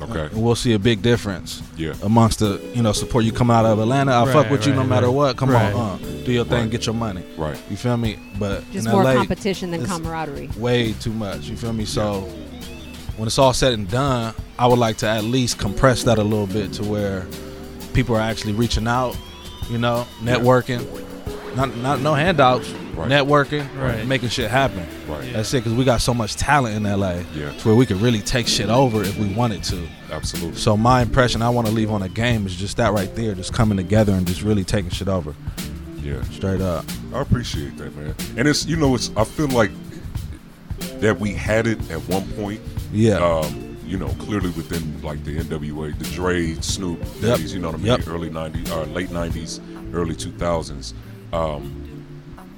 S4: Okay.
S7: and we'll see a big difference.
S4: Yeah.
S7: amongst the you know support you come out of Atlanta. I fuck
S6: Right,
S7: with you no
S6: right,
S7: matter
S6: right.
S7: what. Come
S6: Right.
S7: on, uh, do your thing,
S4: Right.
S7: get your money.
S4: Right.
S7: You feel me? But
S5: Just
S7: in
S5: more
S7: LA,
S5: competition than
S7: it's
S5: camaraderie.
S7: Way too much. You feel me? So when it's all said and done, I would like to at least compress that a little bit to where people are actually reaching out. You know, networking. Not, not no handouts.
S4: Right.
S7: Networking,
S6: Right.
S7: making shit happen.
S4: Right. Yeah.
S7: That's it, because we got so much talent in LA,
S4: Yeah.
S7: to where we could really take shit over if we wanted to.
S4: Absolutely.
S7: So my impression I want to leave on a game is just that right there, just coming together and just really taking shit over,
S4: Yeah.
S7: straight up.
S4: I appreciate that, man. And it's you know, it's I feel like that we had it at one point.
S7: Yeah.
S4: Um, you know, clearly within like the NWA, the Dre, Snoop,
S7: Yep.
S4: days, you know what I mean,
S7: Yep.
S4: early '90s, or late '90s, early 2000s. Um,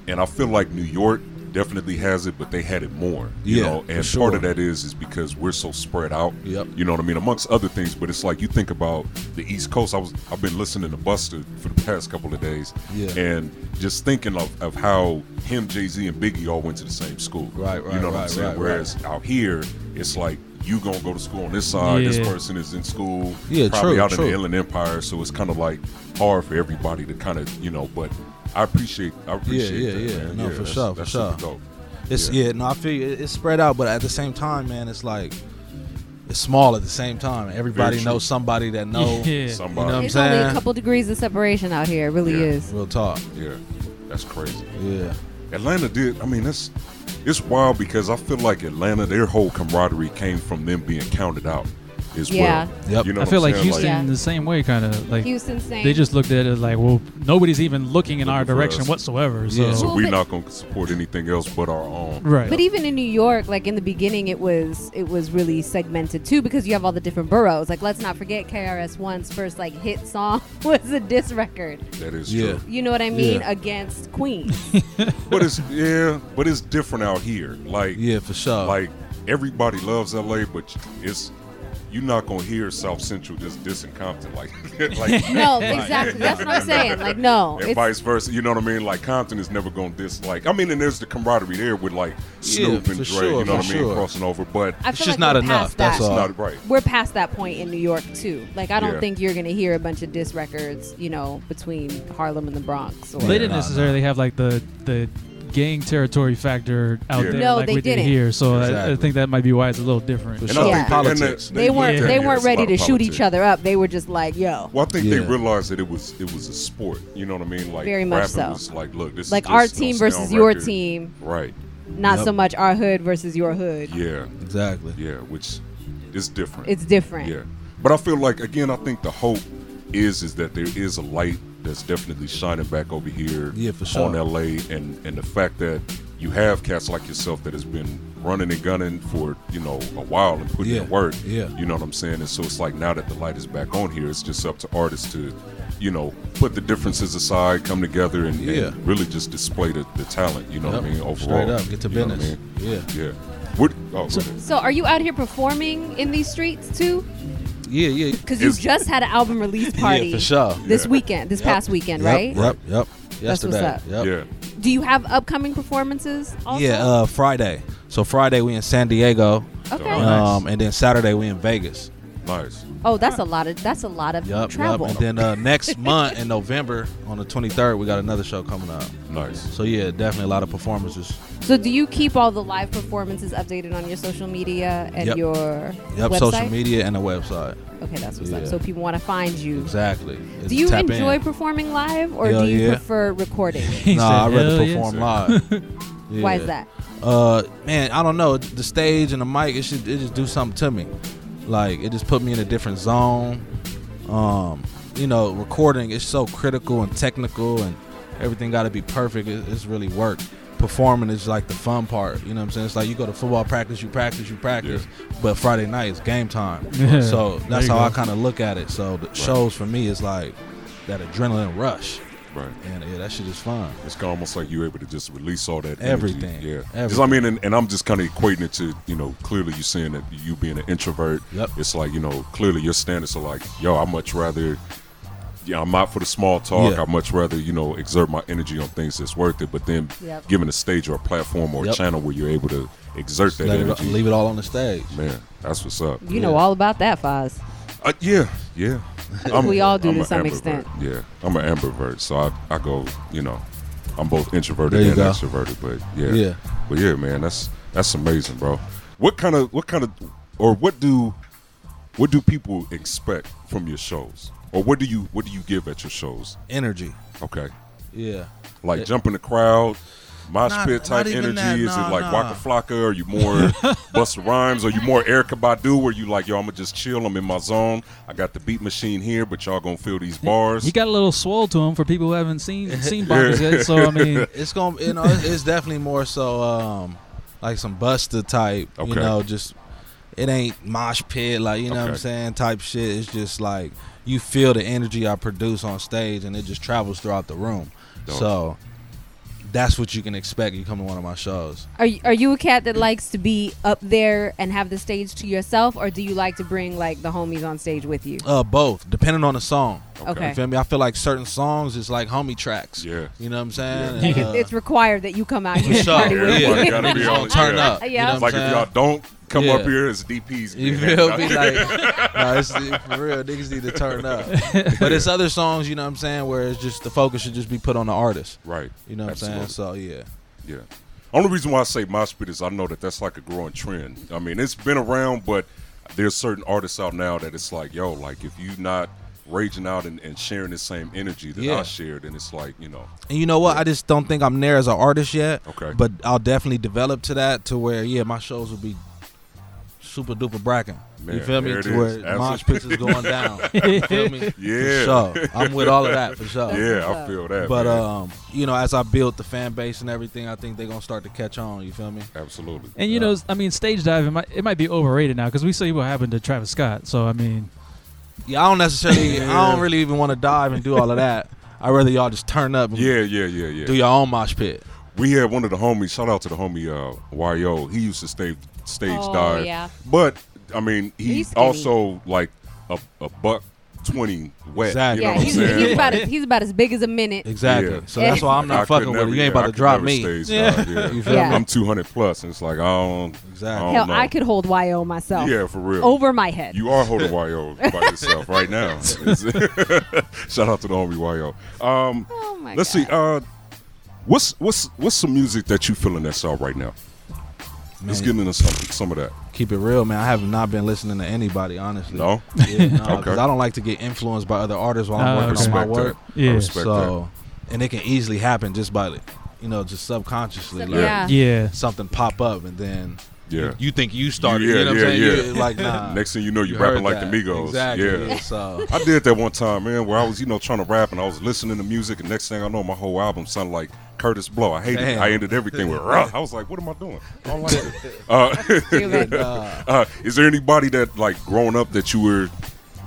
S4: and I feel like New York definitely has it, but they had it more. You
S7: Yeah,
S4: know,
S7: for
S4: and
S7: sure.
S4: part of that is is because we're so spread out.
S7: Yep.
S4: You know what I mean, amongst other things. But it's like you think about the East Coast. I was I've been listening to Buster for the past couple of days.
S7: Yeah.
S4: And just thinking of, of how him, Jay Z, and Biggie all went to the same school.
S7: Right, right,
S4: You know what I'm
S7: right,
S4: saying?
S7: right,
S4: Whereas out here, it's like you gonna go to school on this side. This
S6: Yeah.
S4: person is in school.
S7: Yeah,
S4: probably
S7: true,
S4: out in
S7: true.
S4: the Inland Empire, so it's kind of like hard for everybody to kind of you know. But I appreciate, I appreciate
S7: yeah,
S4: that.
S7: yeah.
S4: man.
S7: No, for
S4: that's-
S7: sure, for
S4: that's
S7: sure.
S4: super dope.
S7: It's yeah. no, I feel you. It- it's spread out, but at the same time, man, it's like it's small at the same time. Everybody
S4: Very true.
S7: knows somebody that know.
S6: Yeah.
S4: Somebody,
S7: You know-
S5: it's
S7: I'm
S5: only a
S7: saying-
S5: couple degrees of separation out here. It really
S4: Yeah.
S5: is.
S7: Real talk.
S4: yeah, that's crazy.
S7: Yeah.
S4: Atlanta did. I mean, that's it's wild because I feel like Atlanta, their whole camaraderie came from them being counted out as
S5: Yeah.
S4: well.
S7: Yep.
S4: You know
S6: I
S4: what
S6: feel
S4: I'm
S6: like
S4: saying?
S6: Houston
S5: Yeah.
S6: the same way, kind of like
S5: Houston's same.
S6: they just looked at it like, well, nobody's even looking in our
S4: Looking for
S6: direction
S4: us.
S6: whatsoever. So,
S7: Yeah.
S4: so
S5: Well,
S4: we're
S5: but-
S4: not going to support anything else but our own.
S6: right.
S5: But even in New York, like in the beginning, it was it was really segmented too because you have all the different boroughs. Like let's not forget KRS One's first like hit song was a diss record.
S4: That is
S7: Yeah.
S4: true.
S5: You know what I mean?
S7: Yeah.
S5: Against Queen.
S4: But it's yeah, but it's different out here. Like
S7: uh, Yeah, for sure.
S4: like everybody loves LA, but it's you you're not gonna hear South Central just dissing Compton like, like
S5: No, exactly. That's what I'm saying. Like, no,
S4: and
S5: it's-
S4: vice versa. You know what I mean? Like Compton is never gonna diss like. I mean, and there's the camaraderie there with like Snoop
S7: Yeah,
S4: and
S7: for
S4: Dre.
S7: sure,
S4: you know what
S7: for
S4: I mean?
S7: sure. Uh,
S4: Crossing over, but
S5: I feel like we're past that.
S4: It's not right.
S5: We're past that point in New York too. Like I don't
S4: Yeah.
S5: think you're gonna hear a bunch of diss records, you know, between Harlem and the Bronx. Or
S6: They didn't necessarily have like the the gang territory factor out
S5: Yeah.
S6: there
S5: No,
S6: like
S5: they
S6: we did
S5: didn't.
S6: here. So I, I
S7: Exactly.
S6: think that might be why it's a little different.
S4: And I sure. think they- and Politics.
S5: They weren't.
S4: Yeah.
S5: They
S4: Yeah,
S5: weren't
S4: it's a
S5: ready
S4: lot
S5: to
S4: of
S5: shoot
S4: politics.
S5: each other up. They were just like, "Yo."
S4: Well, I think they
S7: Yeah.
S4: realized that it was it was a sport. You know what I mean? Like
S5: Very much
S4: rapping
S5: so.
S4: Was like, look, this is
S5: Like
S4: just
S5: our
S4: us
S5: team
S4: down
S5: versus your
S4: record.
S5: team.
S4: Right.
S5: Not
S7: Yep.
S5: so much our hood versus your hood.
S4: Yeah.
S7: Exactly.
S4: Yeah, which is different.
S5: It's different.
S4: Yeah. But I feel like again, I think the hope is is that there is a light that's definitely shining back over here
S7: Yeah, for sure.
S4: on LA and and the fact that you have cats like yourself that has been running and gunning for, you know, a while and putting
S7: Yeah.
S4: in work.
S7: Yeah.
S4: You know what I'm saying? And so it's like now that the light is back on here, it's just up to artists to, you know, put the differences aside, come together and, and
S7: Yeah.
S4: really just display the, the talent, you know what I
S7: Yep.
S4: mean, overall.
S7: Straight up, get to
S4: You know what I
S7: business.
S4: mean? Yeah. What, oh, go ahead.
S5: So, are you out here performing in these streets too?
S7: Yeah, yeah.
S5: Because you
S4: It's-
S5: just had an album release party.
S7: for sure.
S5: This
S4: Yeah.
S5: weekend, this past weekend,
S7: Yep,
S5: right?
S7: Yep, yep.
S5: That's what's
S7: Yesterday.
S5: up.
S7: Yep.
S4: yeah.
S5: Do you have upcoming performances? Also?
S7: Yeah, uh, Friday. So Friday we in San Diego,
S5: okay.
S4: Oh,
S7: um, and then Saturday we in Vegas.
S4: Nice.
S5: oh, that's a lot of that's a lot of
S7: Yup, yup.
S5: travel.
S7: And then uh, next month in November on the 23rd we got another show coming up.
S4: Nice.
S7: So yeah, definitely a lot of performances.
S5: So, do you keep all the live performances updated on your social media and
S7: Yep.
S5: your
S7: Yep,
S5: website?
S7: social media and a website.
S5: Okay, that's what's up.
S7: Yeah.
S5: So people want to find you.
S7: Exactly. It's
S5: Do you
S7: tap in.
S5: enjoy performing live, or
S7: Hell
S5: do you
S7: yeah.
S5: prefer recording?
S6: He
S7: nah,
S6: said,
S7: I'd rather
S6: "Hell yeah."
S7: perform live.
S5: Why is
S7: Yeah.
S5: that?
S7: Uh, man, I don't know. The stage and the mic, it should it just do something to me. Like it just put me in a different zone. Um, you know, recording is so critical and technical, and everything got to be perfect. It, it's really work. Performing is like the fun part. You know what I'm saying? It's like you go to football practice, you practice, you practice, but Friday night is game time.
S6: Yeah.
S7: So
S6: There
S7: that's
S6: you
S7: how I
S6: go.
S7: kind of look at it. So the shows for me is like that adrenaline rush,
S4: Right.
S7: and yeah, that shit is fun.
S4: It's kinda almost like you're able to just release all that energy.
S7: Everything.
S4: Yeah. 'Cause,
S7: Everything.
S4: I mean, and, and I'm just kind of equating it to you know clearly you saying that you being an introvert.
S7: Yep.
S4: It's like you know clearly your standards are like yo I much rather. Yeah, I'm out for the small talk.
S7: Yeah.
S4: I much rather, you know, exert my energy on things that's worth it. But then,
S5: Yep.
S4: given a stage or a platform or
S7: Yep.
S4: a channel where you're able to exert that
S7: Let it,
S4: energy,
S7: leave it all on the stage.
S4: man, that's what's up.
S5: You know all about that, Foz.
S4: Uh, yeah, yeah.
S5: We all do to
S4: an
S5: some
S4: ambivert.
S5: extent.
S4: Yeah, I'm an ambivert, so I, I go, you know, I'm both introverted
S7: There you
S4: and
S7: go.
S4: extroverted, but yeah,
S7: Yeah.
S4: but yeah, man, that's that's amazing, bro. What kind of what kind of or what do what do people expect from your shows, or what do you what do you give at your shows?
S7: Energy.
S4: Okay,
S7: Yeah.
S4: like jumping the crowd. Mosh
S7: Not-
S4: pit type
S7: not even
S4: energy?
S7: that,
S4: is
S7: nah,
S4: it like
S7: nah.
S4: Waka Flocka? Are you more Busta Rhymes? Are you more Erica Badu? Where you like, yo, I'm gonna just chill. I'm in my zone. I got the beat machine here, but y'all gonna feel these bars.
S6: He got a little swole to him for people who haven't seen seen Bonkers yet. So I mean,
S7: It's gonna, you know, it's, it's definitely more so um like some Buster type,
S4: Okay.
S7: you know, just it ain't mosh pit, like you know what I'm
S4: Okay.
S7: saying, type shit. It's just like you feel the energy I produce on stage, and it just travels throughout the room.
S4: Dope.
S7: So that's what you can expect. You come to one of my shows.
S5: Are you, are you a cat that likes to be up there and have the stage to yourself, or do you like to bring like the homies on stage with you?
S7: Uh, both depending on the song.
S5: Okay.
S7: You feel me? I feel like certain songs is like homie tracks.
S4: Yeah.
S7: You know what I'm saying?
S5: Like,
S7: And,
S5: it-
S7: uh,
S5: it's required that you come out
S7: for
S5: here. and
S7: sure.
S5: party with
S4: Yeah.
S5: me.
S4: Everybody gotta be
S7: It's
S4: on
S7: gonna
S4: it,
S7: turn
S4: yeah.
S7: up.
S5: Yeah.
S7: You know what I'm
S4: like if
S7: saying?
S4: y'all don't come
S7: Yeah.
S4: up here, it's DPs.
S7: You feel me? Like, nah, it's, for real, niggas need to turn up. But it's other songs, you know what I'm saying, where it's just the focus should just be put on the artist.
S4: right?
S7: You know what I'm saying?
S4: Absolutely.
S7: So, yeah.
S4: Yeah. Only reason why I say mosh pit is I know that that's like a growing trend. I mean, it's been around, but there's certain artists out now that it's like, yo, like if you not raging out and, and sharing the same energy that I
S7: Yeah.
S4: shared, then it's like, you know,
S7: And you know what? I just don't think I'm there as an artist yet.
S4: Okay.
S7: But I'll definitely develop to that to where, yeah, my shows will be super duper bracken.
S4: Man,
S7: you feel
S4: there
S7: me?
S4: it
S7: To
S4: is.
S7: where the mosh pits is going down. you feel me?
S4: Yeah.
S7: For sure. I'm with all of that for sure.
S4: yeah, I feel that.
S7: But
S4: man.
S7: um, you know, as I build the fan base and everything, I think they're gonna start to catch on. You feel me?
S4: absolutely. Uh,
S6: and you know, I mean, stage diving might it might be overrated now because we see what happened to Travis Scott. So I mean,
S7: Yeah, I don't necessarily. I don't really even want to dive and do all of that. I would rather y'all just turn up and
S4: yeah, yeah, yeah, yeah.
S7: do your own mosh pit.
S4: We had one of the homies. Shout out to the homie uh, Yo. He used to stage stage
S5: Oh,
S4: dive,
S5: yeah.
S4: but I mean,
S5: He's
S4: he's
S5: skinny.
S4: also like a, a buck twenty wet.
S7: Exactly.
S4: You know
S5: yeah,
S4: what I'm
S5: he's,
S4: saying?
S5: he's about
S4: Like,
S5: as, he's about as big as a minute.
S7: Exactly.
S4: Yeah.
S7: So that's why I'm not
S4: I could
S7: fucking with
S4: never-
S7: it. You ain't
S4: yeah,
S7: about
S4: I
S7: to
S4: could
S7: drop
S4: never
S7: me.
S4: stay
S7: Yeah.
S4: inside, yeah.
S7: You feel
S5: Yeah.
S7: me?
S4: I'm two hundred plus, and it's like I don't.
S7: Exactly.
S4: I don't
S5: Hell,
S4: know.
S5: I could Oh, hold YO myself.
S4: Yeah, for real.
S5: Over my head.
S4: You are holding YO by yourself right now. Shout out to the homie YO. Um,
S5: Oh my
S4: let's see.
S5: God.
S4: Uh, what's what's what's some music that you feeling that's out right now? Let's
S7: Man.
S4: get into some some of that.
S7: Keep it real, man. I have not been listening to anybody, honestly.
S4: No,
S7: Yeah, no, 'cause
S4: Okay.
S7: I don't like to get influenced by other artists while I'm
S6: Ah,
S7: working on my
S4: respect
S7: work.
S4: that.
S6: Yeah.
S4: I respect
S7: So, and it can easily happen just by, the- you know, just subconsciously, like
S5: Yeah.
S6: Yeah.
S7: something pop up and then
S4: that. Yeah.
S7: you think you started.
S4: Yeah,
S7: you know what
S4: yeah,
S7: I'm saying?
S4: yeah.
S7: You- like nah.
S4: Next thing you know, you're
S7: you
S4: rapping like
S7: heard that.
S4: the Migos.
S7: Exactly.
S4: Yeah.
S7: So
S4: I did that one time, man, where I was, you know, trying to rap and I was listening to music, and next thing I know, my whole album sounded like Curtis Blow. I hated it.
S7: Damn.
S4: I ended everything with "Ruh." I was like, what am I doing? I don't like it. Uh,
S5: Stupid.
S4: uh, is there anybody that, like, growing up that you were,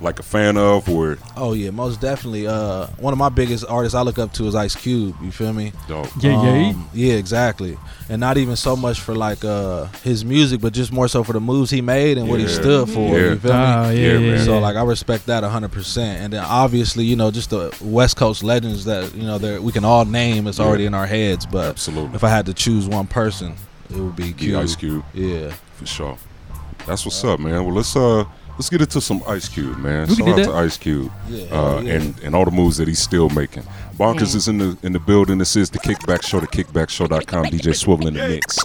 S4: like, a fan of or.
S7: oh yeah, most definitely. Uh, one of my biggest artists I look up to is Ice Cube. You feel me?
S4: Dope.
S6: Yeah, yeah.
S7: Um, yeah, exactly. And not even so much for like uh his music, but just more so for the moves he made and what he
S4: Yeah.
S7: stood for.
S4: Yeah.
S7: You feel
S6: Ah,
S7: me?
S6: yeah,
S4: Yeah,
S6: yeah,
S4: man.
S7: So
S6: yeah.
S7: like I respect that 100%. And then obviously, you know, just the West Coast legends that, you know, that we can all name it's already in our heads, but
S4: Absolutely.
S7: if I had to choose one person, it would be Cube.
S4: Ice Cube.
S7: Yeah.
S4: For sure. That's what's up, man. Well, let's uh let's get into some Ice Cube, man.
S6: We
S4: Shout
S6: can do
S4: out
S6: that.
S4: to Ice Cube
S7: Yeah,
S4: uh,
S7: hell yeah.
S4: and and all the moves that he's still making. Bonkers
S5: Man.
S4: is in the in the building. This is the Kickback Show, the kickbackshow.com. DJ Swivel in the mix.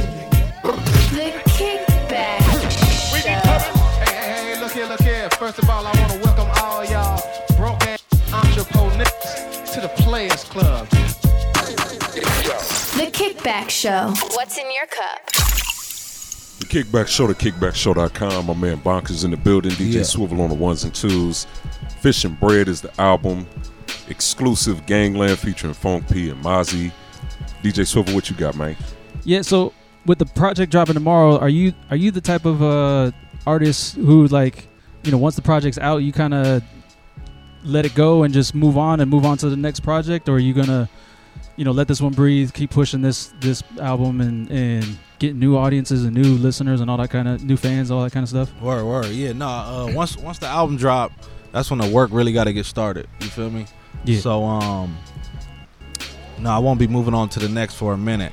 S2: The kickback. Show.
S12: Hey, hey, look here, look here. First of all, I want to welcome all y'all broke ass entrepreneurs to the Players Club.
S2: The kickback show.
S10: What's in your cup?
S4: The Kickback Show, the kickbackshow.com. My man Bonkers in the building. DJ
S7: Yeah.
S4: Swivel on the ones and twos. Fish and Bread is the album. Exclusive Gangland featuring Funk P and Mozzie. DJ Swivel, what you got, man?
S6: Yeah, so with the project dropping tomorrow, are you are you the type of uh artist who like, you know, once the project's out, you kind of let it go and just move on and move on to the next project or are you going to you know, let this one breathe, keep pushing this this album and and get new audiences and new listeners and all that kind of new fans, all that kind of stuff?
S7: Word, word. Yeah, no. Uh, once once the album drop, that's when the work really got to get started. You feel me?
S6: Yeah.
S7: So um, no, I won't be moving on to the next for a minute.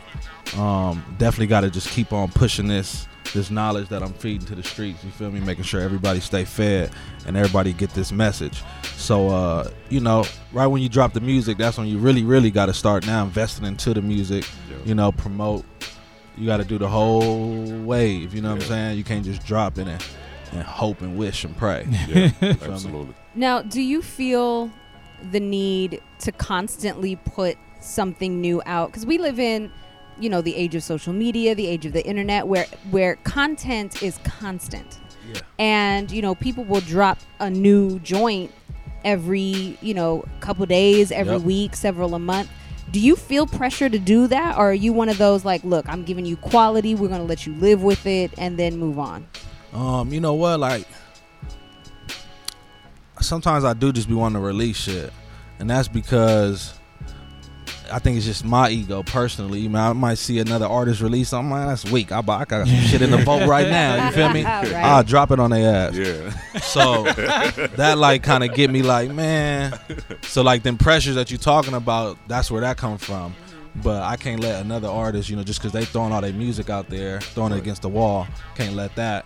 S7: Um, definitely got to just keep on pushing this this knowledge that I'm feeding to the streets. You feel me? Making sure everybody stay fed and everybody get this message. So uh, you know, right when you drop the music, that's when you really really got to start now investing into the music. You know, promote. You got to do the whole wave. You know what I'm saying? You can't just drop in and, and hope and wish and pray.
S4: Yeah, absolutely.
S5: Now, do you feel the need to constantly put something new out? Because we live in, you know, the age of social media, the age of the internet, where where content is constant,
S7: Yeah.
S5: and you know, people will drop a new joint every, you know, couple days, every
S7: Yep.
S5: week, several a month. Do you feel pressure to do that, or are you one of those like, look, I'm giving you quality, we're gonna let you live with it, and then move on?
S7: Um, you know what? Like sometimes I do just be wanting to release shit, and that's because I think it's just my ego personally. You know, I might see another artist release, I'm like, that's weak. I, buy, I got some shit in the vault right now. You feel me?
S5: Right.
S7: I'll drop it on their ass.
S4: Yeah.
S7: So that like kind of get me like, man. So like them pressures that you talking about, that's where that come from. But I can't let another artist, you know, just because they throwing all their music out there, throwing it against the wall, can't let that,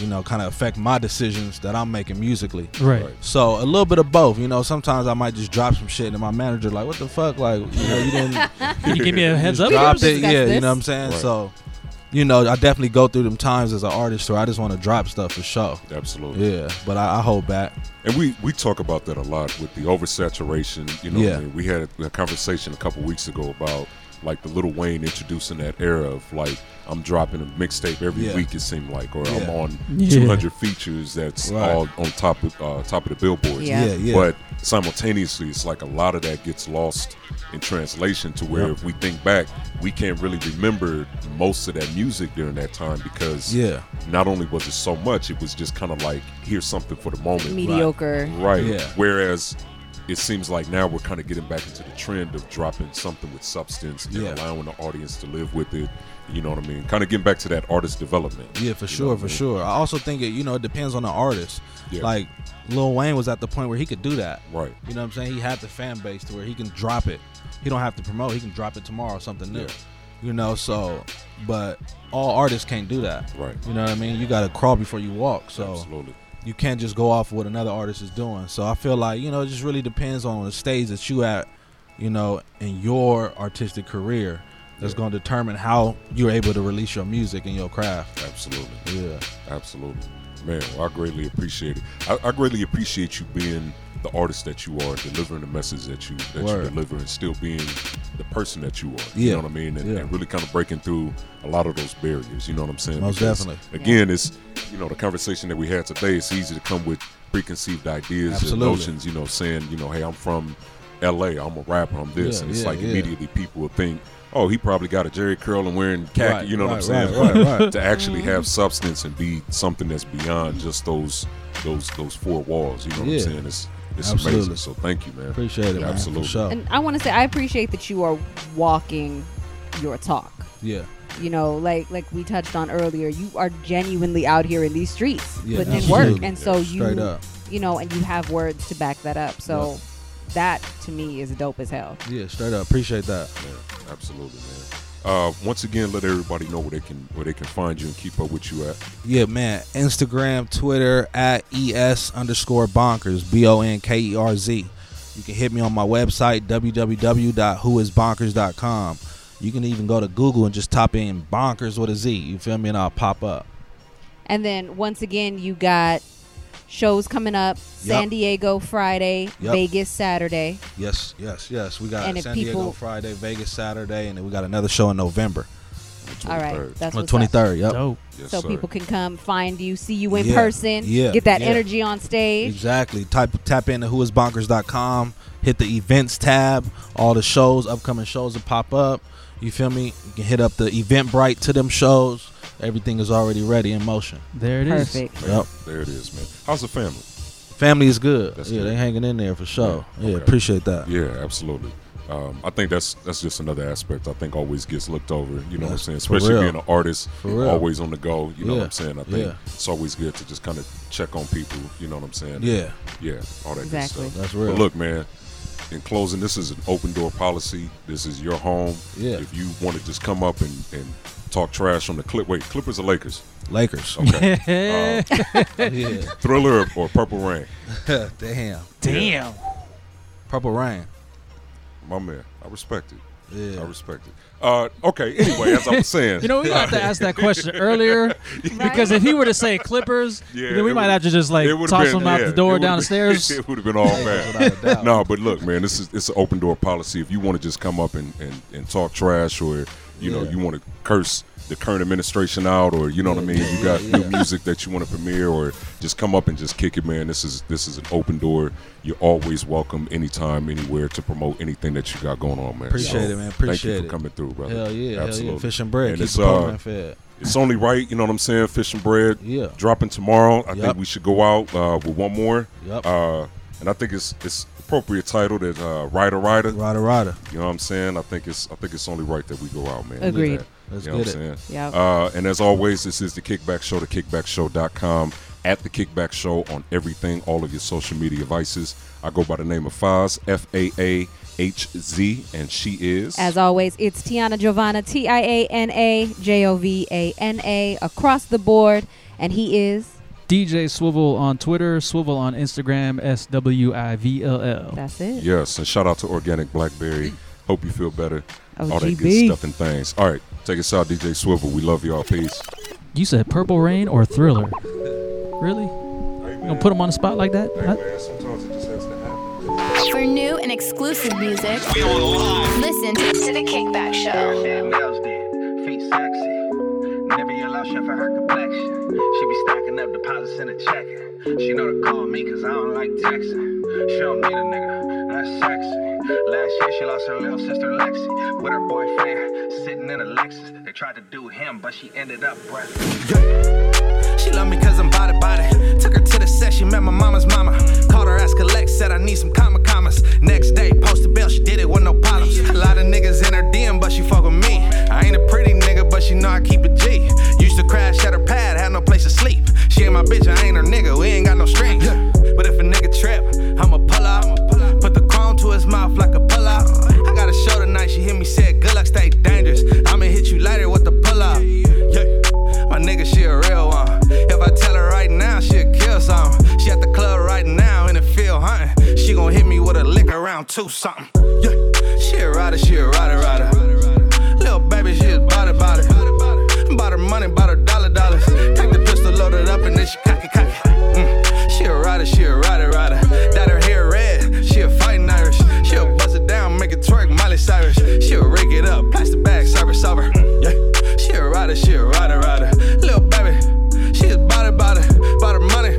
S7: you know, kind of affect my decisions that I'm making musically.
S6: Right.
S7: So a little bit of both, you know. Sometimes I might just drop some shit, and my manager like, "What the fuck? Like, you know, you didn't
S6: Can you give me a heads up?
S5: We
S7: dropped
S5: don't
S7: it,
S5: discuss
S7: yeah. You
S5: this.
S7: know what I'm saying?
S4: Right.
S7: So, you know, I definitely go through them times as an artist where I just want to drop stuff for sure.
S4: Absolutely.
S7: Yeah, but I, I hold back.
S4: And we, we talk about that a lot with the oversaturation. You know, what I
S7: Yeah.
S4: mean? we had a conversation a couple weeks ago about like the Little Wayne introducing that era of like I'm dropping a mixtape every
S7: Yeah.
S4: week. It seemed like, or I'm
S7: Yeah.
S4: on
S6: Yeah.
S4: 200 features that's
S7: Right.
S4: all on top of uh, top of the billboards.
S5: Yeah.
S7: Yeah, yeah.
S4: But simultaneously, it's like a lot of that gets lost in translation to where if we think back, we can't really remember most of that music during that time because
S7: Yeah.
S4: not only was it so much, it was just kind of like here's something for the moment.
S5: Mediocre.
S4: Right.
S7: Yeah.
S4: Whereas it seems like now we're kind of getting back into the trend of dropping something with substance and
S7: Yeah.
S4: allowing the audience to live with it. You know what I mean? Kind of getting back to that artist development.
S7: Yeah, for
S4: You know
S7: sure,
S4: what I
S7: for
S4: mean?
S7: sure. I also think it, you know, it depends on the artist.
S4: Yeah.
S7: Like Lil Wayne was at the point where he could do that.
S4: Right.
S7: You know what I'm saying? He had the fan base to where he can drop it. He don't have to promote. He can drop it tomorrow, something new.
S4: Yeah.
S7: You know, so but all artists can't do that.
S4: Right.
S7: You know what I mean? You got to crawl before you walk. So
S4: Absolutely.
S7: you can't just go off what another artist is doing. So I feel like you know, it just really depends on the stage that you at, you know, in your artistic career. That's going to determine how you're able to release your music and your craft.
S4: Absolutely.
S7: Yeah.
S4: Absolutely. Man, well, I greatly appreciate it. I, I greatly appreciate you being the artist that you are, delivering the message that you that you
S7: Word.
S4: deliver, and still being the person that you are. You
S7: Yeah.
S4: know what I mean? And,
S7: Yeah.
S4: and really kind of breaking through a lot of those barriers. You know what I'm saying?
S7: Most definitely.
S4: Again, it's you know the conversation that we had today. It's easy to come with preconceived ideas
S7: Absolutely.
S4: and notions. You know, saying you know, hey, I'm from L.A. I'm a rapper. I'm this,
S7: Yeah,
S4: and it's
S7: yeah,
S4: like
S7: yeah.
S4: immediately people will think. Oh, he probably got a Jerry curl and wearing khaki.
S7: Right,
S4: you know what
S7: right,
S4: I'm saying?
S7: right,
S4: But
S7: right, right.
S4: To actually have substance and be something that's beyond just those those those four walls. You know what
S7: Yeah.
S4: I'm saying? It's it's
S7: Absolutely.
S4: amazing. So thank you, man.
S7: Appreciate it, man, for
S4: Absolutely.
S7: sure.
S5: And I want to say I appreciate that you are walking your talk.
S7: Yeah.
S5: You know, like like we touched on earlier, you are genuinely out here in these streets
S7: Yeah,
S5: putting in work,
S7: absolutely.
S5: and so
S7: Yeah,
S5: you
S7: straight up.
S5: you know, and you have words to back that up. So that to me is dope as hell.
S7: Yeah, straight up. Appreciate that.
S4: Yeah, absolutely, man. Uh, once again, let everybody know where they can where they can find you and keep up with you at.
S7: Yeah, man. Instagram, Twitter at ES underscore bonkers, B O N K E R Z. You can hit me on my website, www.whoisbonkers.com. You can even go to Google and just type in bonkers with a Z. You feel me? And I'll pop up.
S5: And then once again, you got shows coming up: San Diego Friday,
S7: Yep.
S5: Vegas Saturday.
S7: Yes, yes, yes. We got
S5: And if
S7: San
S5: people-
S7: Diego Friday, Vegas Saturday, and then we got another show in November.
S5: All right, that's
S7: on
S5: what's
S7: the 23rd. Yep.
S6: Dope.
S5: Up. So people can come find you, see you in
S7: Yeah,
S5: person,
S7: yeah,
S5: get that
S7: yeah.
S5: energy on stage.
S7: Exactly. Type tap into whoisbonkers.com, hit the events tab, all the shows, upcoming shows will pop up. You feel me? You can hit up the Eventbrite to them shows. Everything is already ready in motion.
S6: There it is.
S5: Perfect.
S7: Yep.
S4: There it is, man. How's the family?
S7: Family is good.
S4: That's
S7: yeah,
S4: good.
S7: they hanging in there for sure.
S4: Yeah,
S7: Yeah,
S4: okay.
S7: appreciate that.
S4: Yeah, absolutely. Um, I think that's that's just another aspect I think always gets looked over. You know what I'm
S7: That's-
S4: saying?
S7: for
S4: Especially
S7: real.
S4: being an artist,
S7: For real.
S4: always on the go. You know what
S7: Yeah,
S4: I'm saying? I think
S7: yeah.
S4: it's always good to just kind of check on people. You know what I'm saying?
S7: Yeah.
S4: yeah, all that
S5: Exactly.
S4: good stuff.
S7: That's real.
S4: But look, man. In closing, this is an open door policy. This is your home.
S7: Yeah.
S4: If you want to just come up and, and talk trash on the clip, wait, Clippers or Lakers?
S7: Lakers.
S4: Okay.
S6: Hey,
S7: yeah.
S4: Thriller or, or Purple Rain?
S7: Damn.
S6: Damn.
S7: Purple Rain.
S4: My man, I respect it. I
S7: Yeah.
S4: respect it. Uh, okay. Anyway, as I was saying,
S6: You know, we have to ask that question earlier because if he were to say Clippers,
S4: Yeah,
S6: then we
S4: it
S6: might
S4: would-
S6: have to just like
S4: It would've
S6: toss
S4: been-
S6: him out
S4: yeah,
S6: the
S4: it
S6: door
S4: would've
S6: down the
S4: been-
S6: stairs.
S4: it would have been all
S7: without a
S4: bad.
S7: doubt.
S4: no, but look, man, this is it's an open door policy. If you want to just come up and, and, and talk trash, or you know,
S7: Yeah.
S4: you want to curse the current administration out, or you know what I mean, you got
S7: yeah,
S4: new
S7: yeah.
S4: music that you want to premiere, or just come up and just kick it, man. This is this is an open door. You're always welcome, anytime, anywhere, to promote anything that you got going on, man.
S7: Appreciate it, man. Appreciate
S4: thank you
S7: it.
S4: for coming through, brother.
S7: Hell yeah. Absolutely. Hell
S4: absolutely.
S7: yeah. Fish and bread.
S4: And
S7: Keep
S4: it's,
S7: the program
S4: uh,
S7: fed.
S4: it's only right, you know what I'm saying? Fish and bread.
S7: Yeah.
S4: Dropping tomorrow. I think
S7: Yep.
S4: we should go out uh, with one more.
S7: Yep.
S4: Uh, and I think it's it's appropriate title that uh, Rider Rider.
S7: Rider Rider.
S4: You know what I'm saying? I think it's I think it's only right that we go out, man.
S5: Agreed.
S4: Do that.
S7: Let's
S4: you know
S7: get
S4: what I'm
S7: it.
S4: saying?
S5: Yep.
S4: Uh, and as always, this is the Kickback Show, the kickbackshow.com, at the Kickback Show on everything, all of your social media vices. I go by the name of Faz, F A A H Z, and she is.
S5: As always, it's Tiana Giovanna, T I A N A J O V A N A, across the board. And he is,
S6: DJ Swivel on Twitter, Swivel on Instagram, S W I V L L.
S5: that's it.
S4: Yes, and shout out to Organic Blackberry. Hope you feel better. All that good
S5: OGB.
S4: stuff and things. All right, take us out, DJ Swivel. We love y'all. Peace.
S6: You said Purple Rain or Thriller? Really? You gonna put him on the spot like that? I-
S4: Sometimes it just has to happen.
S2: For new and exclusive music, listen to
S10: To the Kickback Show.
S13: Feet sexy. Never your lost for her complexion. She be stacking up deposits in a check. She know to call me cause I don't like texting. She don't need a nigga. that's sexy. Last year she lost her little sister Lexi with her boyfriend sitting in a Lexus. They tried to do him, but she ended up breathless.
S8: She loved me cause I'm body body. Took her to the set, she met my mama's mama. Called her, ask collect, said I need some comma commas. Next day, post a bill, she did it with no problems. A lot of niggas in her DM, but she fuck with me. I ain't a pretty nigga, but she know I keep a G. Used to crash at her pad, had no place to sleep. She ain't my bitch, I ain't her nigga, we ain't got no strings. But if a nigga trip, I'ma pull up. Put the chrome to his mouth like a pull up. I got a show tonight, she hit me, said, good luck, stay dangerous. I'ma hit you later with the pull up. My nigga, she a real one. If I tell her right now, she'll kill something. She at the club right now in the field hunting. She gon' hit me with a lick around two something. Yeah. She a rider, she a rider, rider. Little baby, she is body, body. Bought her money, bought her dollar, dollars. Take the pistol, load it up, and then she cocky, cocky. Mm. She a rider, she a rider, rider. Dyed her hair red, she a fighting Irish. She'll bust it down, make it twerk, Miley Cyrus. She'll rig it up, plastic bag, cyber, cyber. Mm. Yeah. She a rider, she a rider, rider. Little baby, she is body body. Bought her money,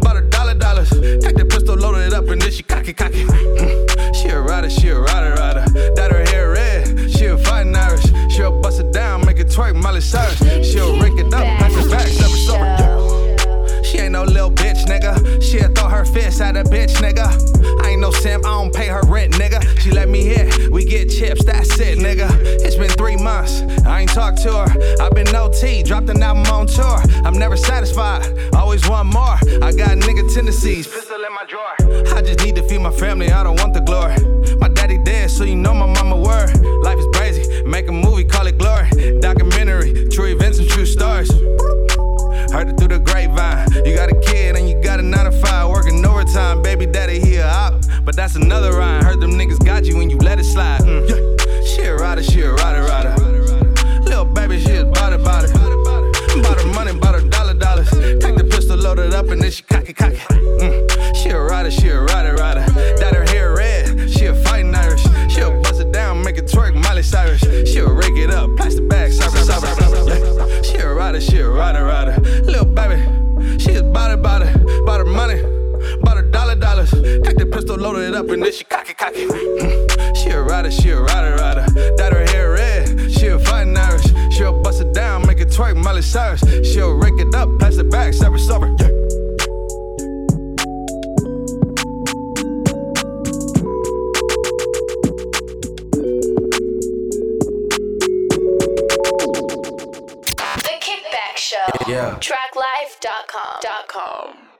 S8: bought her dollar dollars. Take the pistol, loaded it up, and then she cocky cocky. Mm. She a rider, she a rider, rider. Dyed her hair red, she a fighting Irish. She'll bust it down, make it twerk, Miley Cyrus. She'll rig it up, pass it back, summer, summer. Yeah. She ain't no little bitch, nigga. She'll throw her fist at a bitch, nigga. I ain't no sim, I don't pay her rent, nigga. She let me hit, we get chips, that's it, nigga. It's been three months, I ain't talked to her. I've been OT, dropped an album on tour. I'm never satisfied, always want more. I got nigga tendencies, pistol in my drawer. I just need to feed my family, I don't want the glory. My daddy dead, so you know my mama word. Life is crazy, make a movie, call it glory. Documentary, true events and true stories. Heard it through the grapevine. You got a kid and you got a nine to five working overtime. Baby daddy, he a op, but that's another rhyme. Heard them niggas got you when you let it slide. Mm. Yeah. She a rider, she a rider, rider. Little baby, she is body, body. Bought her money, bought her dollar, dollars. Take the pistol, load it up, and then she cocky, cocky. Mm. She a rider, she a rider, rider. Dyed her hair red, she a fighting Irish. She'll bust it down, make it twerk, Miley Cyrus. She'll rig it up, plastic bag, cyber, cyber, cyber. Yeah. She a rider, she a rider, rider. Little baby, she is body, body. Bought her money, bought her dollar, dollars. Take the pistol, loaded it up, and then she cocky, cocky. Mm. She a rider, she a rider, rider. Dyed her hair red, she a fighting Irish. She'll bust it down, make it twerk, Miley Cyrus. She'll rig it up, plastic bag, cyber, cyber. Yeah.
S10: The Kickback Show.
S8: Yeah.
S10: Tracklife.com. Dot com.